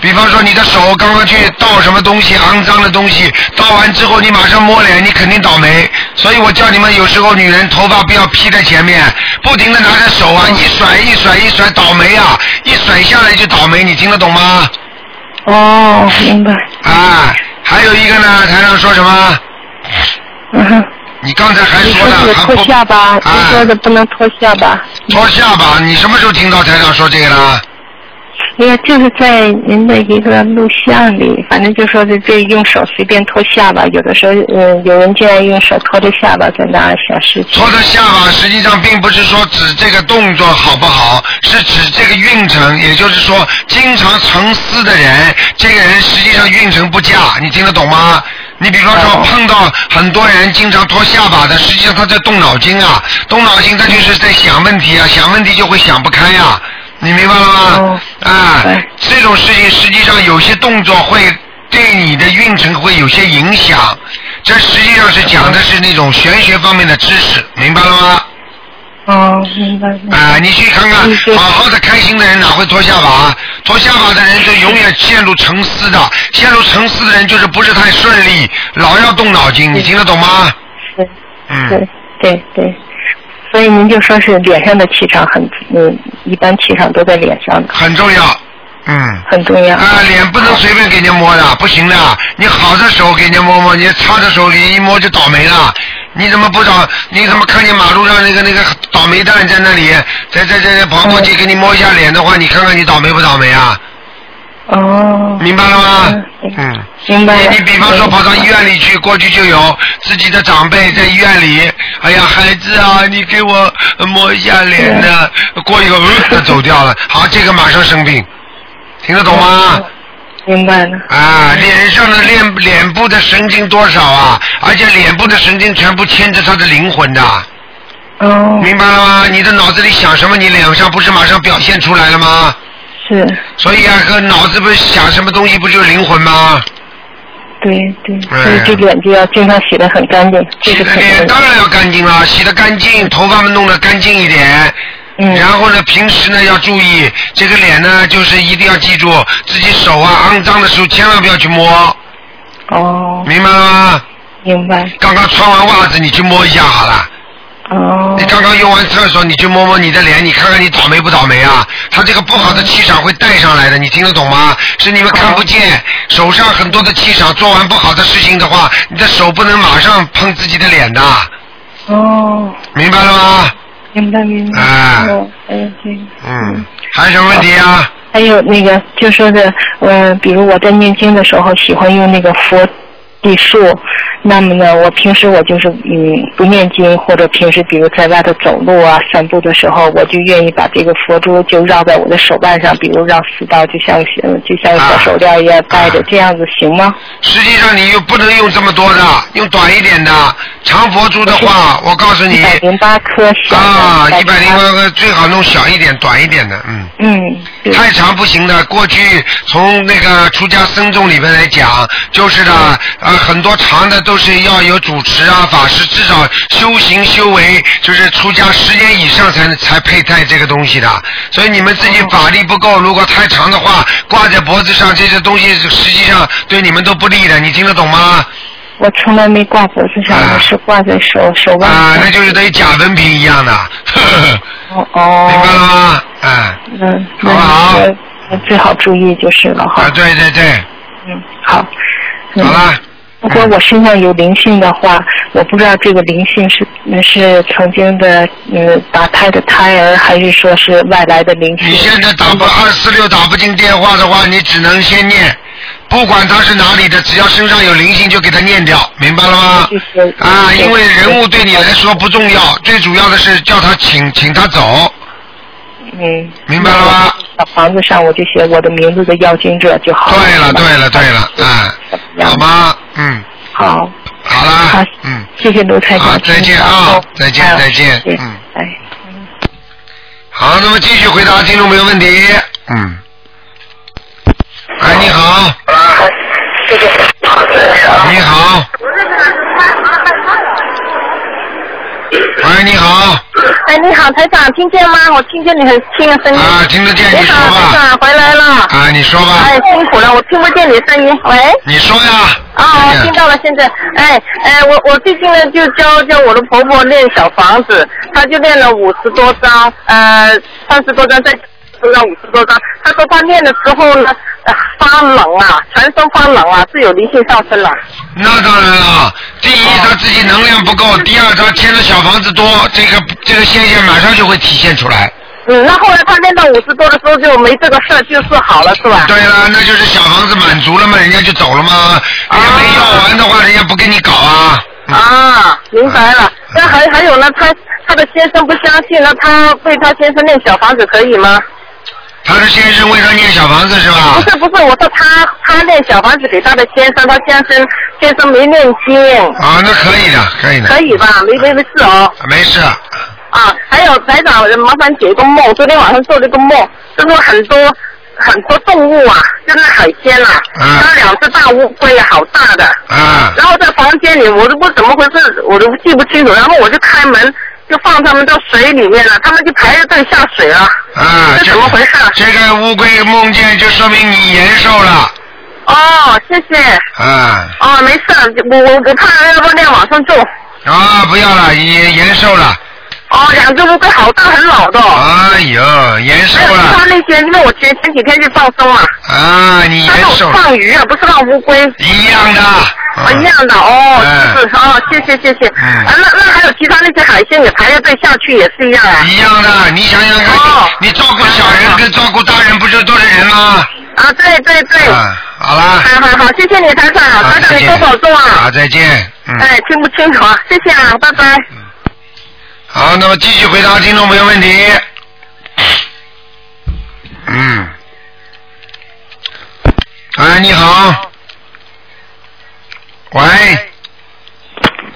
比方说你的手刚刚去倒什么东西，肮脏的东西，倒完之后你马上摸脸，你肯定倒霉。所以我叫你们有时候女人头发不要披在前面，不停的拿着手嗯啊一甩一甩一甩倒霉啊，一甩下来就倒霉，你听得懂吗？哦，明白。啊，还有一个呢，台上说什么？嗯哼。你刚才还您说说了这个还脱不下巴，啊您说的不能脱下巴。脱下巴，你什么时候听到台上说这个了？那个哎就是在您的一个录像里，反正就说是这用手随便托下巴，有的时候，嗯，有人这样用手托着下巴在那儿想事情。搓的下巴实际上并不是说指这个动作好不好，是指这个运程，也就是说，经常沉思的人，这个人实际上运程不佳，你听得懂吗？你比方说碰到很多人经常拖下巴的，实际上他在动脑筋啊，动脑筋他就是在想问题啊，想问题就会想不开啊，你明白了吗？啊，这种事情实际上有些动作会对你的运程会有些影响，这实际上是讲的是那种玄学方面的知识，明白了吗？哦，明白。啊，你去看看，好好的开心的人哪会脱下巴？脱下巴的人是永远陷入沉思的，陷入沉思的人就是不是太顺利，老要动脑筋，你听得懂吗？嗯对对对，所以您就说是脸上的气场很，嗯，一般气场都在脸上的，很重要。嗯，很重要。啊，脸不能随便给人家摸的，不行的。你好的时候给人家摸摸，你差的时候你一摸就倒霉了。你怎么不找？你怎么看见马路上那个那个倒霉蛋在那里，在在在在跑过去给你摸一下脸的话，你看看你倒霉不倒霉啊？哦。明白了吗？嗯。明白了你你比方说跑到医院里去，过去就有自己的长辈在医院里，哎呀，孩子啊，你给我摸一下脸呢、过一个，嗯，他走掉了。好，这个马上生病，听得懂吗？哦明白了。啊，脸上的脸脸部的神经多少啊？而且脸部的神经全部牵着他的灵魂的。哦。明白了吗？你的脑子里想什么，你脸上不是马上表现出来了吗？是。所以啊，和脑子不是想什么东西，不就是灵魂吗？对对，所以这脸就要经常洗得很干净，这是很重要哎当。然要干净了，洗得干净，头发们弄得干净一点。嗯。然后呢，平时呢要注意这个脸呢，就是一定要记住自己手啊肮脏的时候千万不要去摸。哦。明白了吗？明白。刚刚穿完袜子你去摸一下好了，哦。你刚刚用完厕所，你去摸摸你的脸，你看看你倒霉不倒霉啊？他这个不好的气场会带上来的，你听得懂吗？是你们看不哦见，手上很多的气场，做完不好的事情的话，你的手不能马上碰自己的脸的，哦，明白了吗？明白明白。哎哦，哎呀，对。嗯，还有什么问题啊？还有那个，就说的，呃，比如我在念经的时候喜欢用那个佛地术，那么呢，我平时我就是嗯不念经，或者平时比如在外头走路啊、散步的时候，我就愿意把这个佛珠就绕在我的手腕上，比如绕四道，就像呃就像一啊个手链一样戴着，这样子行吗？实际上你又不能用这么多的，用短一点的。长佛珠的话，我告诉你，一百零八颗小啊，一百零八个最好弄小一点、短一点的，嗯。嗯，太长不行的。过去从那个出家僧众里面来讲，就是呢，呃，很多长的都是要有主持啊、法师，至少修行修为就是出家十年以上才才佩戴这个东西的。所以你们自己法力不够，如果太长的话，挂在脖子上这些东西，实际上对你们都不利的。你听得懂吗？我从来没挂脖子上，我是挂在手手腕上。啊啊，那就是等于假文凭一样的。呵呵哦哦。明白了吗？啊嗯，好好？最好注意就是了哈。啊，对对对。好。好啦。嗯如果我身上有灵性的话，我不知道这个灵性是嗯是曾经的嗯打胎的胎儿，还是说是外来的灵性？你现在打不二四六打不进电话的话，你只能先念，不管他是哪里的，只要身上有灵性就给他念掉，明白了吗？啊，因为人物对你来说不重要，最主要的是叫他请请他走。嗯。明白了吗？小房子上我就写我的名字的要经者就好了。对了对了对了，啊，好吗？嗯，好。好啦，嗯，谢谢卢台啊长，，嗯再见啊，再见再见，嗯，哎，好，那么继续回答听众朋友问题。嗯。哎，你好。你好。喂，你好。哎，你好，台长，听见吗？我听见你很轻的声音。啊，听得见，你好，台长回来了。啊，你说吧。哎，辛苦了，我听不见你声音。喂。你说呀。啊，我听到了，现在，哎，哎，我我最近呢就教教我的婆婆练小房子，她就练了五十多张，呃，三十多张，再加上五十多张。她说她练的时候呢，呃发冷啊，全身发冷啊，是有灵性上升了。那当然了，第一哦他自己能量不 够，第二他签的小房子多，这个这个现象马上就会体现出来。嗯，那后来她练到五十多的时候就没这个事儿，就是好了，是吧？对了，啊那就是小房子满足了嘛，人家就走了嘛。人家没要完的话，人家不跟你搞啊。啊，明白了。 那还还有呢，她她的先生不相信，那她为她先生念小房子可以吗？他的先生为他念小房子是吧？不是不是，我说她她念小房子给她的先生，她先生先生没念经，啊，那可以的，可以的，可以吧？没没没事哦。没事。啊，还有台长，麻烦解一个梦，昨天晚上做了一个梦，就是很多很多动物啊，就是海鲜啦、啊，有两只大乌龟，好大的。啊。然后在房间里，我都不知怎么回事，我都记不清楚。然后我就开门，就放它们到水里面了，它们就排着队下水了。啊，这怎么回事？这个乌龟梦见就说明你延寿了。哦，谢谢。啊哦，没事，我我我怕要不然往上种。啊，不要了，延延寿了。哦，两只乌龟好大很老的。哎呦，延寿还有其了他那些，因为我前前几天去放松啊。啊！你他延让寿我了。放鱼啊，不是放乌龟。一样的。啊，一样的哦，嗯是是哦，谢谢谢谢。啊，那那还有其他那些海鲜也排着队下去也是一样啊。哦一样的，你想想看，你照顾小人跟照顾大人不就都是人吗？啊，对对对。啊，好啦。好好好，谢谢你台长，台长你多保重啊。好，再见。嗯，哎，听不清楚啊，谢谢啊，拜拜。好，那么继续回答听众朋友问题。嗯。哎，你好。喂，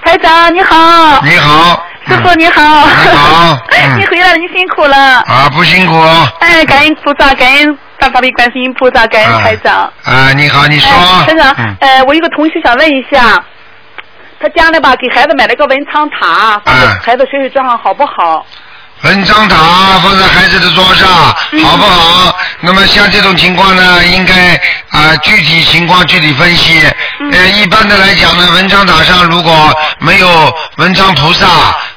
台长你好，你好。嗯师傅你好，你好。嗯 你回来了，你辛苦了。啊，不辛苦。哎，感恩菩萨，感恩大法力观世音菩萨，感恩台长。啊，你好，你说。哎，台长嗯，呃，我有个同学想问一下，他家里吧给孩子买了个文昌塔，放在孩子水水桌上好不好？啊文章塔放在孩子的桌上，好不好？那么像这种情况呢，应该啊、具体情况具体分析。呃，一般的来讲呢，文章塔上如果没有文昌菩萨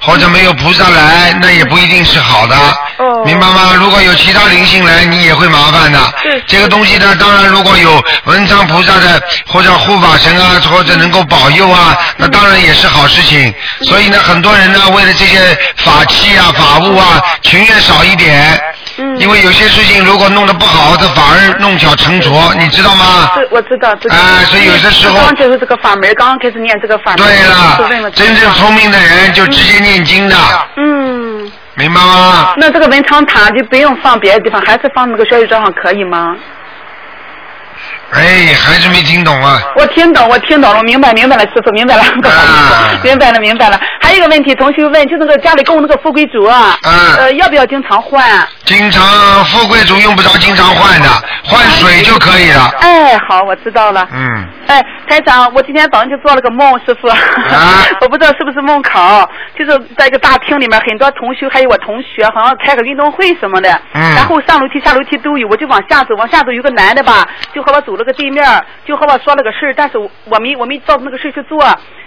或者没有菩萨来，那也不一定是好的。哦明白吗？如果有其他灵性来，你也会麻烦的。这个东西呢，当然如果有文昌菩萨的或者护法神啊，或者能够保佑啊，嗯那当然也是好事情。所以呢，很多人呢，为了这些法器啊、法物啊，嗯情愿少一点。因为有些事情如果弄得不好，这反而弄巧成嗯拙，你知道吗？是，我知道，知道。哎所以有些时候我刚接触这个法门，刚刚开始念这个法门。对就问了了，真正聪明的人就直接念经的，嗯。明白吗？那这个文昌塔就不用放别的地方，还是放那个小宇宙上可以吗？哎，还是没听懂啊。我听懂，我听懂了，我明白，明白了，师傅，明白了，明白了，明白了。还有一个问题，同学问，就那个家里供那个富贵竹啊，呃，要不要经常换？经常富贵竹用不着经常换的，换水就可以了。哎，好，我知道了。嗯，哎，台长，我今天早上就做了个梦，师傅， 我不知道是不是梦考，就是在一个大厅里面，很多同学还有我同学，好像开个运动会什么的，嗯然后上楼梯下楼梯都有，我就往下走，往下走有个男的吧，就和我走了个对面，就和我说了个事儿，但是我我没我没照那个事儿去做，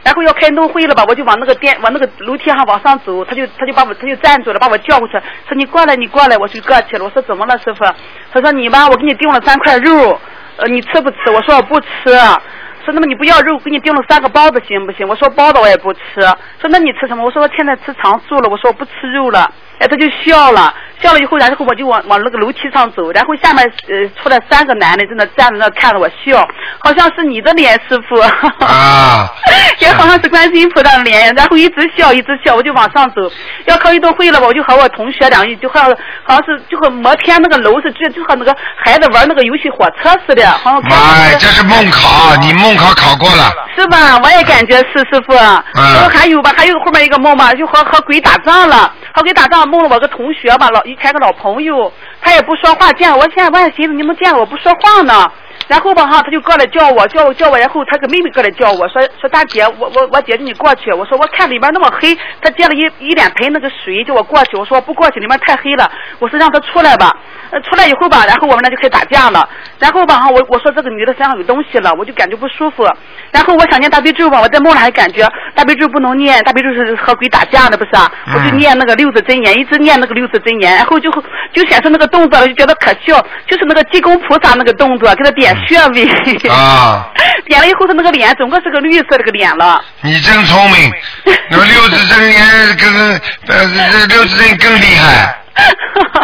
然后要开运动会了吧，我就往那个电往那个楼梯上往上走，他就他就把我他就站住了，把我叫过去，说你过来你过来，我就过去了，我说怎么了师傅？他说你吧，我给你订了三块肉。呃，你吃不吃？我说我不吃。说那么你不要肉，给你订了三个包子行不行？我说包子我也不吃。说那你吃什么？我说我现在吃长素了，我说我不吃肉了。哎，他就笑了，笑了以后，然后我就往往那个楼梯上走，然后下面呃出来三个男的在那站在那看着我笑，好像是你的脸，师傅。啊。 也好像是观世音菩萨的脸，然后一直笑一直笑，我就往上走，要开运动会了吧，我就和我同学两人就和好像是就和摩天那个楼是就就和那个孩子玩那个游戏火车似的，好像开哎，这是梦考，你梦考考过了。是吧？我也感觉是师傅。然后还有吧，还有后面一个梦吧，就和和鬼打仗了，和鬼打仗梦了我个同学吧，老以前个老朋友，他也不说话，见我现在我还寻思你们见我不说话呢。然后吧哈，他就过来叫我，叫我叫我，然后他个妹妹过来叫我说说大姐，我我我姐姐你过去，我说我看里面那么黑，他接了一一脸盆那个水叫我过去，我说不过去里面太黑了，我说让他出来吧，呃出来以后吧，然后我们俩就开始打架了，然后吧哈，我我说这个女的身上有东西了，我就感觉不舒服，然后我想念大悲咒吧，我在梦里还感觉大悲咒不能念，大悲咒是和鬼打架的不是啊？我就念那个六字真言，一直念那个六字真言，然后就就显示那个动作，我就觉得可笑，就是那个济公菩萨那个动作，给他点穴位，啊， 点了以后他那个脸整个是个绿色的个脸了。你真聪明，那六字真言更呃这六字真更厉害，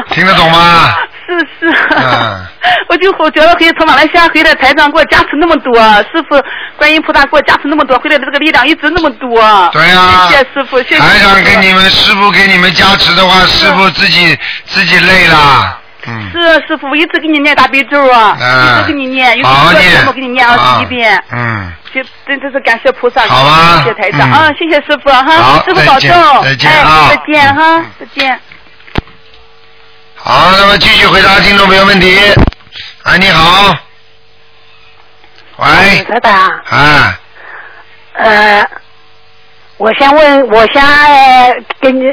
听得懂吗？是是，嗯 我就我觉得可以从马来西亚回来，台长给我加持那么多，师傅观音菩萨给我加持那么多，回来的这个力量一直那么多。对呀谢谢师傅，谢谢。台长给你们师傅给你们加持的话，师傅自己自己累了。是师傅，我一直给你念大悲咒啊，嗯一直给你念，有好好时念间我给你念二十一遍，嗯，就真真是感谢菩萨，好吧谢谢台长，嗯啊，谢谢师傅啊好哈，师傅保重，再见再见啊哎，再见哈，再见。好，那么继续回答听众朋友问题。哎，你好，喂，台长，啊，呃，我先问，我先、呃、给你，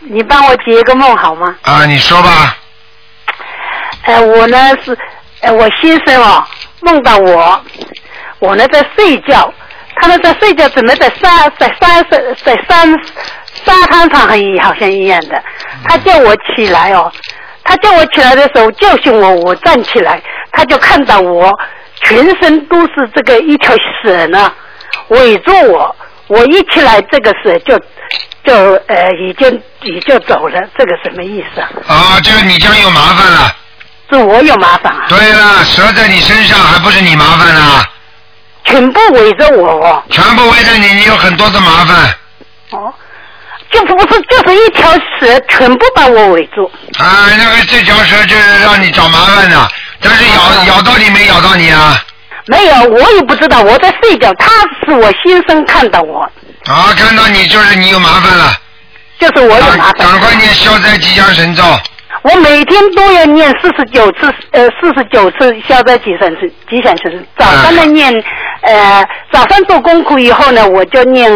你帮我解一个梦好吗？啊，你说吧，呃，我呢是，呃，我先生哦，梦到我，我呢在睡觉，他呢在睡觉，怎么在沙在沙在在沙沙滩上很好像一样的，他叫我起来哦，他叫我起来的时候教训我，我站起来，他就看到我全身都是这个一条蛇呢围住我，我一起来这个蛇就就呃已经已经走了，这个什么意思啊？啊，这个你将有麻烦了。是我有麻烦啊？对了，蛇在你身上，还不是你麻烦啊？全部围着我哦。全部围着你，你有很多的麻烦。就不是就是一条蛇全部把我围住。啊，那个这条蛇就是让你找麻烦的，但是啊咬咬到你没咬到你啊？没有，我也不知道我在睡觉，他是我先生看到我，啊，看到你就是你有麻烦了，啊就是我有麻烦。赶快念消灾吉祥神咒。我每天都要念四十九次，呃，四十九次消灾吉祥神吉祥神。早上呢念，呃，早上做功课以后呢，我就念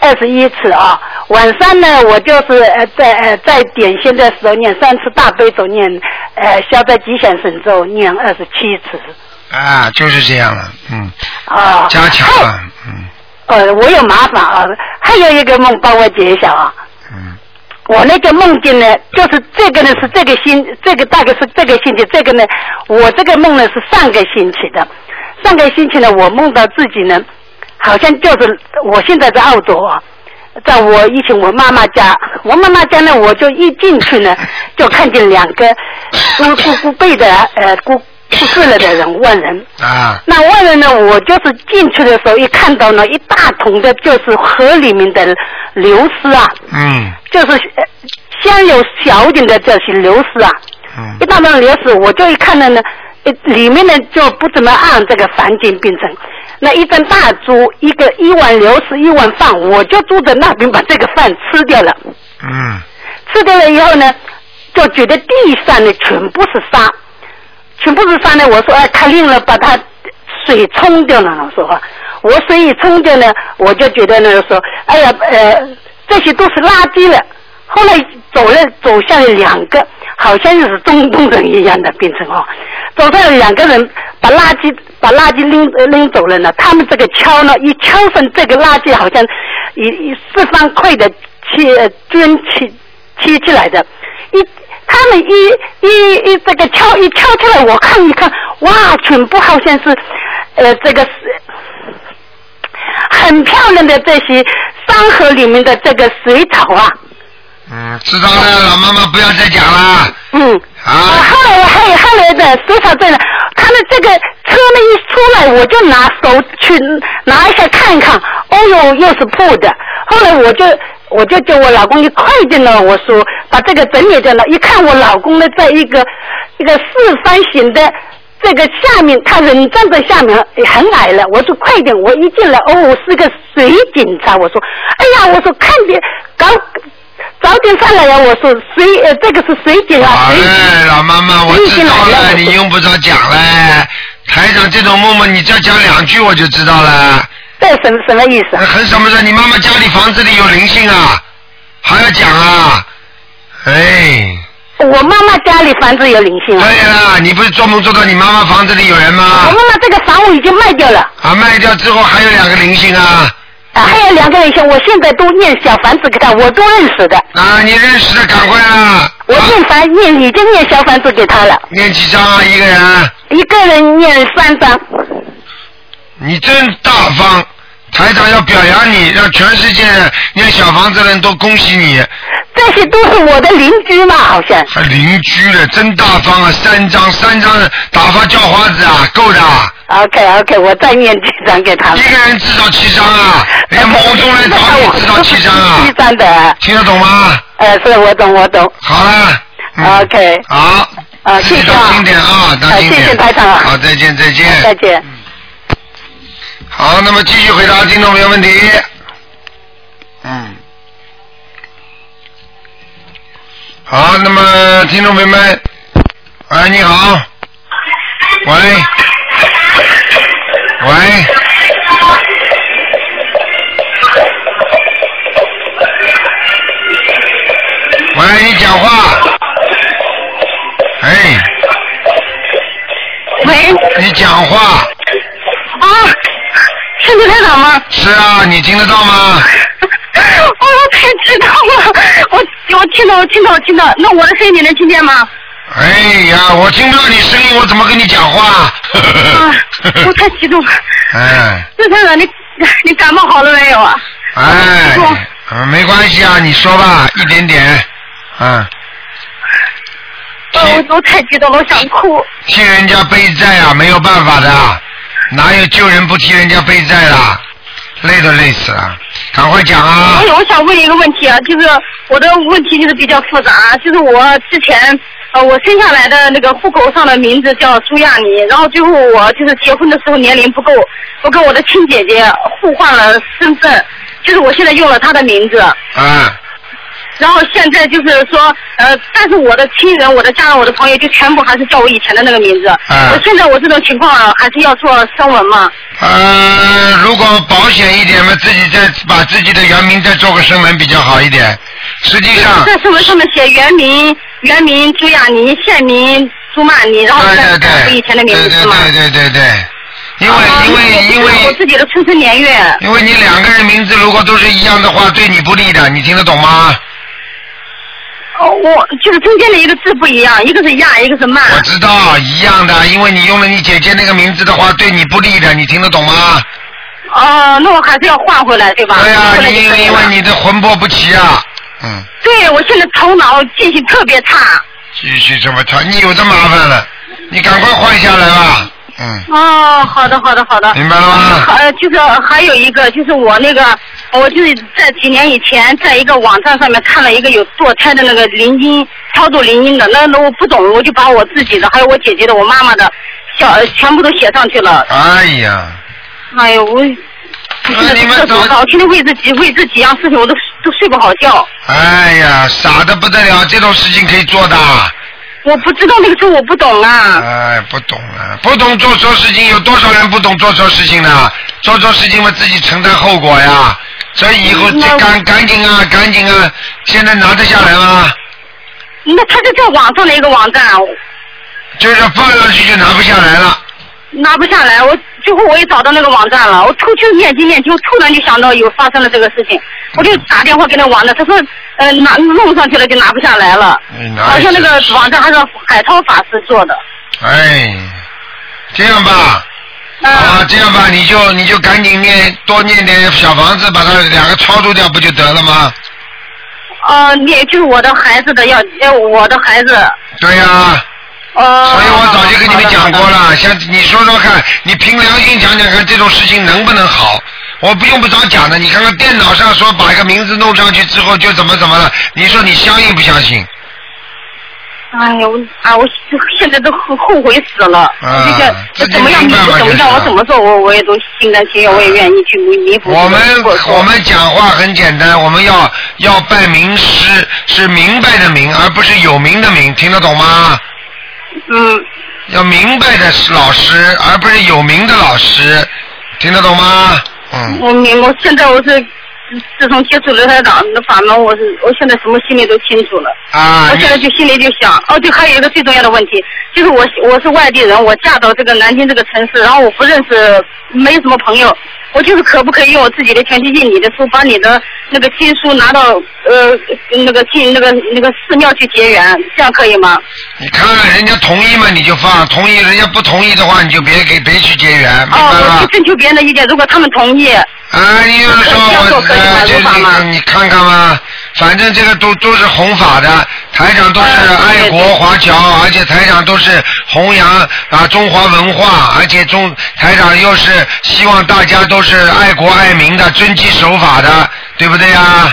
二十一次啊。晚上呢，我就是呃在呃在点心的时候念三次大悲咒，念呃消灾吉祥神咒，念二十七次。啊，就是这样了，嗯，啊，加强了。呃，我有麻烦啊，还有一个梦，帮我解一下啊。嗯。我那个梦境呢，就是这个呢是这个星，这个大概是这个星期，这个呢，我这个梦呢是上个星期的，上个星期呢，我梦到自己呢，好像就是我现在在澳洲啊，在我以前我妈妈家，我妈妈家呢，我就一进去呢，就看见两个孤孤孤背的呃孤孤睡了的人问人，啊那外面呢，我就是进去的时候一看到呢，一大桶的就是河里面的流尸啊，嗯就是呃先有小点的这些流尸啊，嗯一大半流尸，我就一看到呢，呃里面呢就不怎么按这个房间变成，那一张大猪，一个一碗流食，一碗饭，我就住在那边把这个饭吃掉了，嗯吃掉了以后呢，就觉得地上呢全部是沙，全部是沙呢，我说哎，开令了，把它水冲掉了，我说话，我水一冲掉呢，我就觉得呢说，哎呀，呃，这些都是垃圾了。后来走了走下来两个，好像就是中东人一样的，变成哦，走上来两个人把垃圾把垃圾拎拎走了呢。他们这个敲呢，一敲上这个垃圾，好像一一四方块的切呃砖砌砌起来的，一他们一一一这个敲一敲出来，我看一看，哇，全部好像是呃这个是很漂亮的这些山河里面的这个水草啊。嗯，知道了，老妈妈不要再讲了。嗯。啊。后来我还有后来的水草在了，他们这个车呢一出来，我就拿手去拿一下看看，哦呦，又是破的。后来我就我就叫我老公，你快点呢，我说把这个整理掉了。一看我老公呢，在一个一个四方形的。这个下面，他人站在下面，哎很矮了。我说快点，我一进来，哦，我是个水警察。我说，哎呀，我说看见搞早点上来呀！我说水，呃，这个是水井啊，水哎，老妈妈，我知道了，你用不着讲了。台长这种梦梦，你只要讲两句我就知道了。这什么什么意思啊？很什么的，你妈妈家里房子里有灵性啊，还要讲啊？哎。我妈妈家里房子有灵性啊。对了，你不是做梦做到你妈妈房子里有人吗？我妈妈这个房我已经卖掉了，啊，卖掉之后还有两个灵性啊。啊还有两个人像我现在都念小房子给他，我都认识的。啊，你认识的，赶快啊！我念房念已经念小房子给他了。念几张啊？一个人？一个人念三张。你真大方，台长要表扬你，让全世界念小房子的人都恭喜你。这些都是我的邻居嘛，好像。还邻居了，真大方啊！三张，三张打发叫花子啊，够的啊。 OK OK，我再念几张给他。一个人至少七张啊，人家梦中来找你至少七张啊。七张的。听得懂吗？呃，是我懂，我懂。好了。 OK。好。啊，谢谢当啊。心点啊，当心点。谢谢台长啊好，再见，再见。再见。好，那么继续回答听众朋友问题。嗯。好，那么听众朋友们，喂，你好。喂。喂。喂，你讲话。哎。喂。你讲话。啊，是刘台长吗？是啊，你听得到吗？哦，太知道了，我我听到，我听到，我听到。那我的声音你能听见吗？哎呀，我听不到你声音，我怎么跟你讲话？啊我太激 动了。哎刘台长，你你感冒好了没有啊？哎，嗯没关系啊，你说吧，一点点，嗯，哦，我我太激动了，我想哭。替人家背债啊，没有办法的，哪有救人不替人家背债的？累都累死了，赶快讲啊！哎，我想问一个问题啊，就是我的问题就是比较复杂啊，就是我之前呃我生下来的那个户口上的名字叫苏亚妮，然后最后我就是结婚的时候年龄不够，我跟我的亲姐姐互换了身份，就是我现在用了她的名字。啊然后现在就是说，呃，但是我的亲人、我的家人、我的朋友，就全部还是叫我以前的那个名字。嗯我现在我这种情况啊还是要做声纹嘛？呃，如果保险一点嘛，自己再把自己的原名再做个声纹比较好一点。实际 上，在声纹上面写原名、原名朱亚妮，现名朱曼妮，然后再改回以前的名字是吗？啊对对对对，因为因为因为我自己的出生年月。 因为你两个人名字如果都是一样的话，对你不利的，你听得懂吗？哦，我就是中间的一个字不一样，一个是亚，一个是慢。我知道，一样的，因为你用了你姐姐那个名字的话，对你不利的，你听得懂吗？哦，那我还是要换回来，对吧？对呀、换回来就因可以为因了为你的魂魄不齐啊，嗯，对，我现在头脑记性特别差。继续这么吵，你有这麻烦了，你赶快换下来吧，哦，好的，好的，好的。明白了吗？呃，就是还有一个，就是我那个，我就是在几年以前，在一个网站上面看了一个有堕胎的那个灵婴操作灵婴的，那那我不懂，我就把我自己的，还有我姐姐的，我妈妈的，小全部都写上去了。哎呀。哎呦，我。我现在特别糟，天天为自己为自己一样事情，我都都睡不好觉。哎呀，傻的不得了，这种事情可以做的。我不知道那个时候我不懂啊。哎，不懂啊，不懂做错事情，有多少人不懂做错事情呢？做错事情嘛，自己承担后果呀。所以以后嗯这赶赶紧啊，赶紧啊，现在拿得下来吗？那他就在网上的一个网站，啊就是放上去就拿不下来了。拿不下来，我最后我也找到那个网站了，我出去念经念经，我突然就想到有发生了这个事情，我就打电话给那网站，他说呃拿弄上去了就拿不下来了，你拿好一像那个次网站还是海涛法师做的，哎，这样吧，啊，这样吧，你就你就赶紧念多念点小房子，把它两个超度掉，不就得了吗？呃，念就是我的孩子的要要我的孩子，对呀、哦所以我早就跟你们讲过了，像你说说看，你凭良心讲讲看，这种事情能不能好？我不用不着讲的，你看看电脑上说把一个名字弄上去之后就怎么怎么了，你说你相信不相信？哎呀我啊我现在都后后悔死了，啊这个自己怎么样弥明白补吧怎么就是样我怎么做我我也都心甘情愿，我也愿意去弥弥补。我们我们讲话很简单，我们要要拜名师，是明白的明，而不是有名的名，听得懂吗？嗯。要明白的老师，而不是有名的老师，听得懂吗？嗯。我明，我现在我是自自从接触刘台长的法门，我是我现在什么心里都清楚了。啊我现在就心里就想，哦对，还有一个最重要的问题，就是我我是外地人，我嫁到这个南京这个城市，然后我不认识，没什么朋友，我就是可不可以用我自己的全体印你的书，把你的那个经书拿到呃那个进那个那个寺庙去结缘，这样可以吗？你看看人家同意嘛，你就放；同意人家不同意的话，你就别给别去结缘，明白哦，我吗去？征求别人的意见，如果他们同意，啊，你就是说我呃，就是你你看看嘛，反正这个都都是弘法的，台长都是爱国华侨，而且台长都是弘扬啊中华文化，而且中台长又是希望大家都是爱国爱民的，遵纪守法的，对不对呀？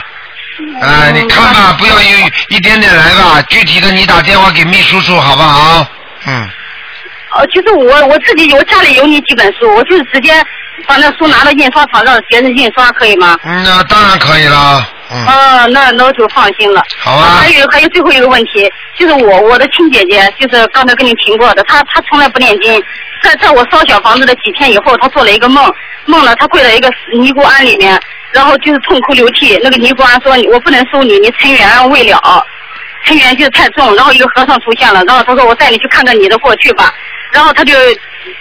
啊，你看吧，不要一一点点来吧，具体的你打电话给秘书处好不好？嗯。呃，就是我我自己我家里有你几本书，我就是直接把那书拿到印刷厂让别人印刷，可以吗？嗯，那当然可以了。嗯。啊、那那我就放心了。好啊还有还有最后一个问题，就是我我的亲姐姐，就是刚才跟你提过的，她她从来不念经，在在我烧小房子的几天以后，她做了一个梦，梦了她跪在一个尼姑庵里面，然后就是痛哭流涕。那个尼姑庵说：“我不能收你，你尘缘未了。”尘缘就是太重，然后一个和尚出现了，然后他说我带你去看看你的过去吧，然后他就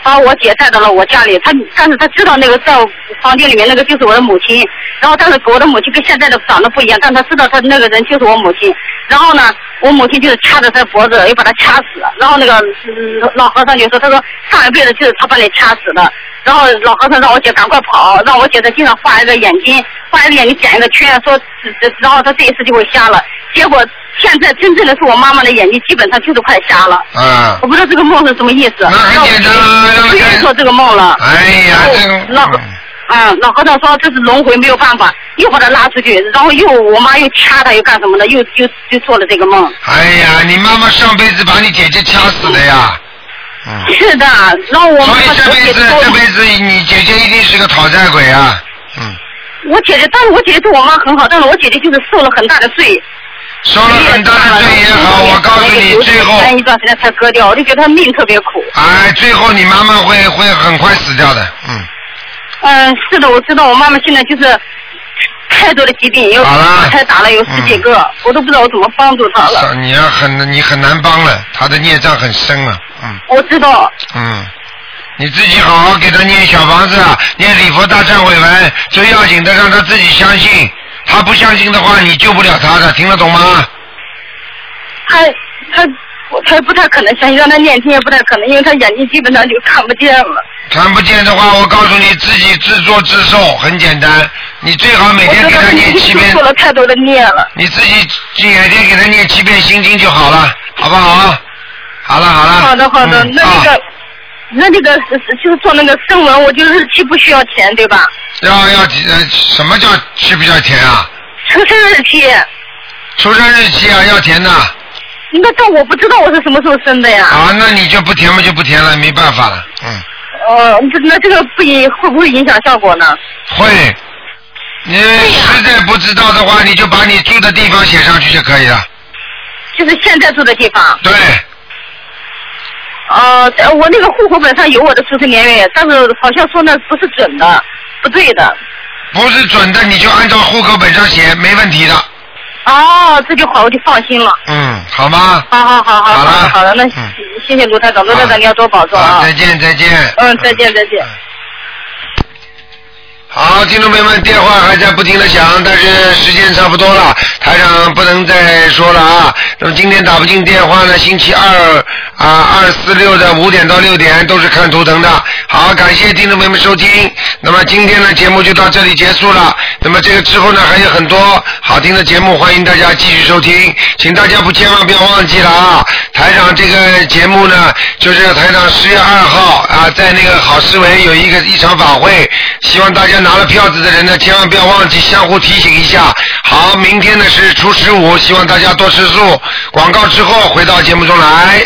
把我姐带到了我家里，他但是他知道那个在我房间里面那个就是我的母亲，然后但是我的母亲跟现在的长得不一样，但他知道他那个人就是我母亲，然后呢，我母亲就是掐着他脖子又把他掐死，然后那个、嗯老和尚就说，他说上一辈子就是他把你掐死的。然后老和尚让我姐赶快跑，让我姐在地上画一个眼睛，画一个眼睛剪一个圈，说，呃然后她这一次就会瞎了。结果现在真正的是我妈妈的眼睛基本上就是快瞎了。啊。我不知道这个梦是什么意思。那很简单不愿做这个梦了。哎呀，这个。老嗯，老和尚说这是轮回，没有办法，又把他拉出去，然后又我妈又掐他，又干什么的，又又又做了这个梦。哎呀，你妈妈上辈子把你姐姐掐死的呀，是的，然后我妈所以妈这辈姐子这辈子你姐姐一定是个讨债鬼啊！我姐姐，但是我姐姐对我妈很好，但是我姐姐就是受了很大的罪。受了很大的罪也好，我告诉你，最后一段时间才割掉，我就觉得她命特别苦。哎，最后你妈妈会会很快死掉的，嗯。嗯，是的，我知道，我妈妈现在就是太多的疾病，有胎打了有十几个，我都不知道我怎么帮助她了。你要很你很难帮了，她的孽障很深了，嗯我知道，嗯。你自己好好给她念小房子，啊念礼佛大忏悔文，最要紧的让她自己相信，她不相信的话，你救不了她的，听得懂吗？他他我他不太可能相信，让他念经也不太可能，因为他眼睛基本上就看不见了。看不见的话，我告诉你，自己自作自受，很简单。你最好每天给他念七遍。做了太多的念了。你自己每天给他念七遍心经就好了，好不好啊？好了好了。嗯好的好的，那那个。那那个是是就是做那个声纹，我就日期不需要填，对吧？要要呃，什么叫需不需要填啊？出生日期，出生日期啊，要填的。那但我不知道我是什么时候生的呀。啊，那你就不填嘛，就不填了，没办法了，嗯，哦、这那这个不影会不会影响效果呢？会。你实在不知道的话，你就把你住的地方写上去就可以了。就是现在住的地方。对。呃，呃我那个户口本上有我的出生年月，但是好像说那不是准的，不对的。不是准的，你就按照户口本上写，没问题的。哦，这就好，我就放心了。嗯，好吗？嗯好好好好，好的好的，那谢谢卢台长，卢台长你要多保重啊。再见再见。嗯，再见再见。好，听众朋友们，电话还在不停的响，但是时间差不多了，台长不能再说了啊。那么今天打不进电话呢，星期二啊二四六的五点到六点都是看图腾的。好，感谢听众朋友们收听。那么今天的节目就到这里结束了。那么这个之后呢，还有很多好听的节目，欢迎大家继续收听。请大家不千万不要忘记了啊，台长这个节目呢，就是台长十月二号啊，在那个好思维有一个一场法会，希望大家拿了票子的人呢，千万不要忘记相互提醒一下。好，明天呢是初十五，希望大家多吃素。广告之后回到节目中来。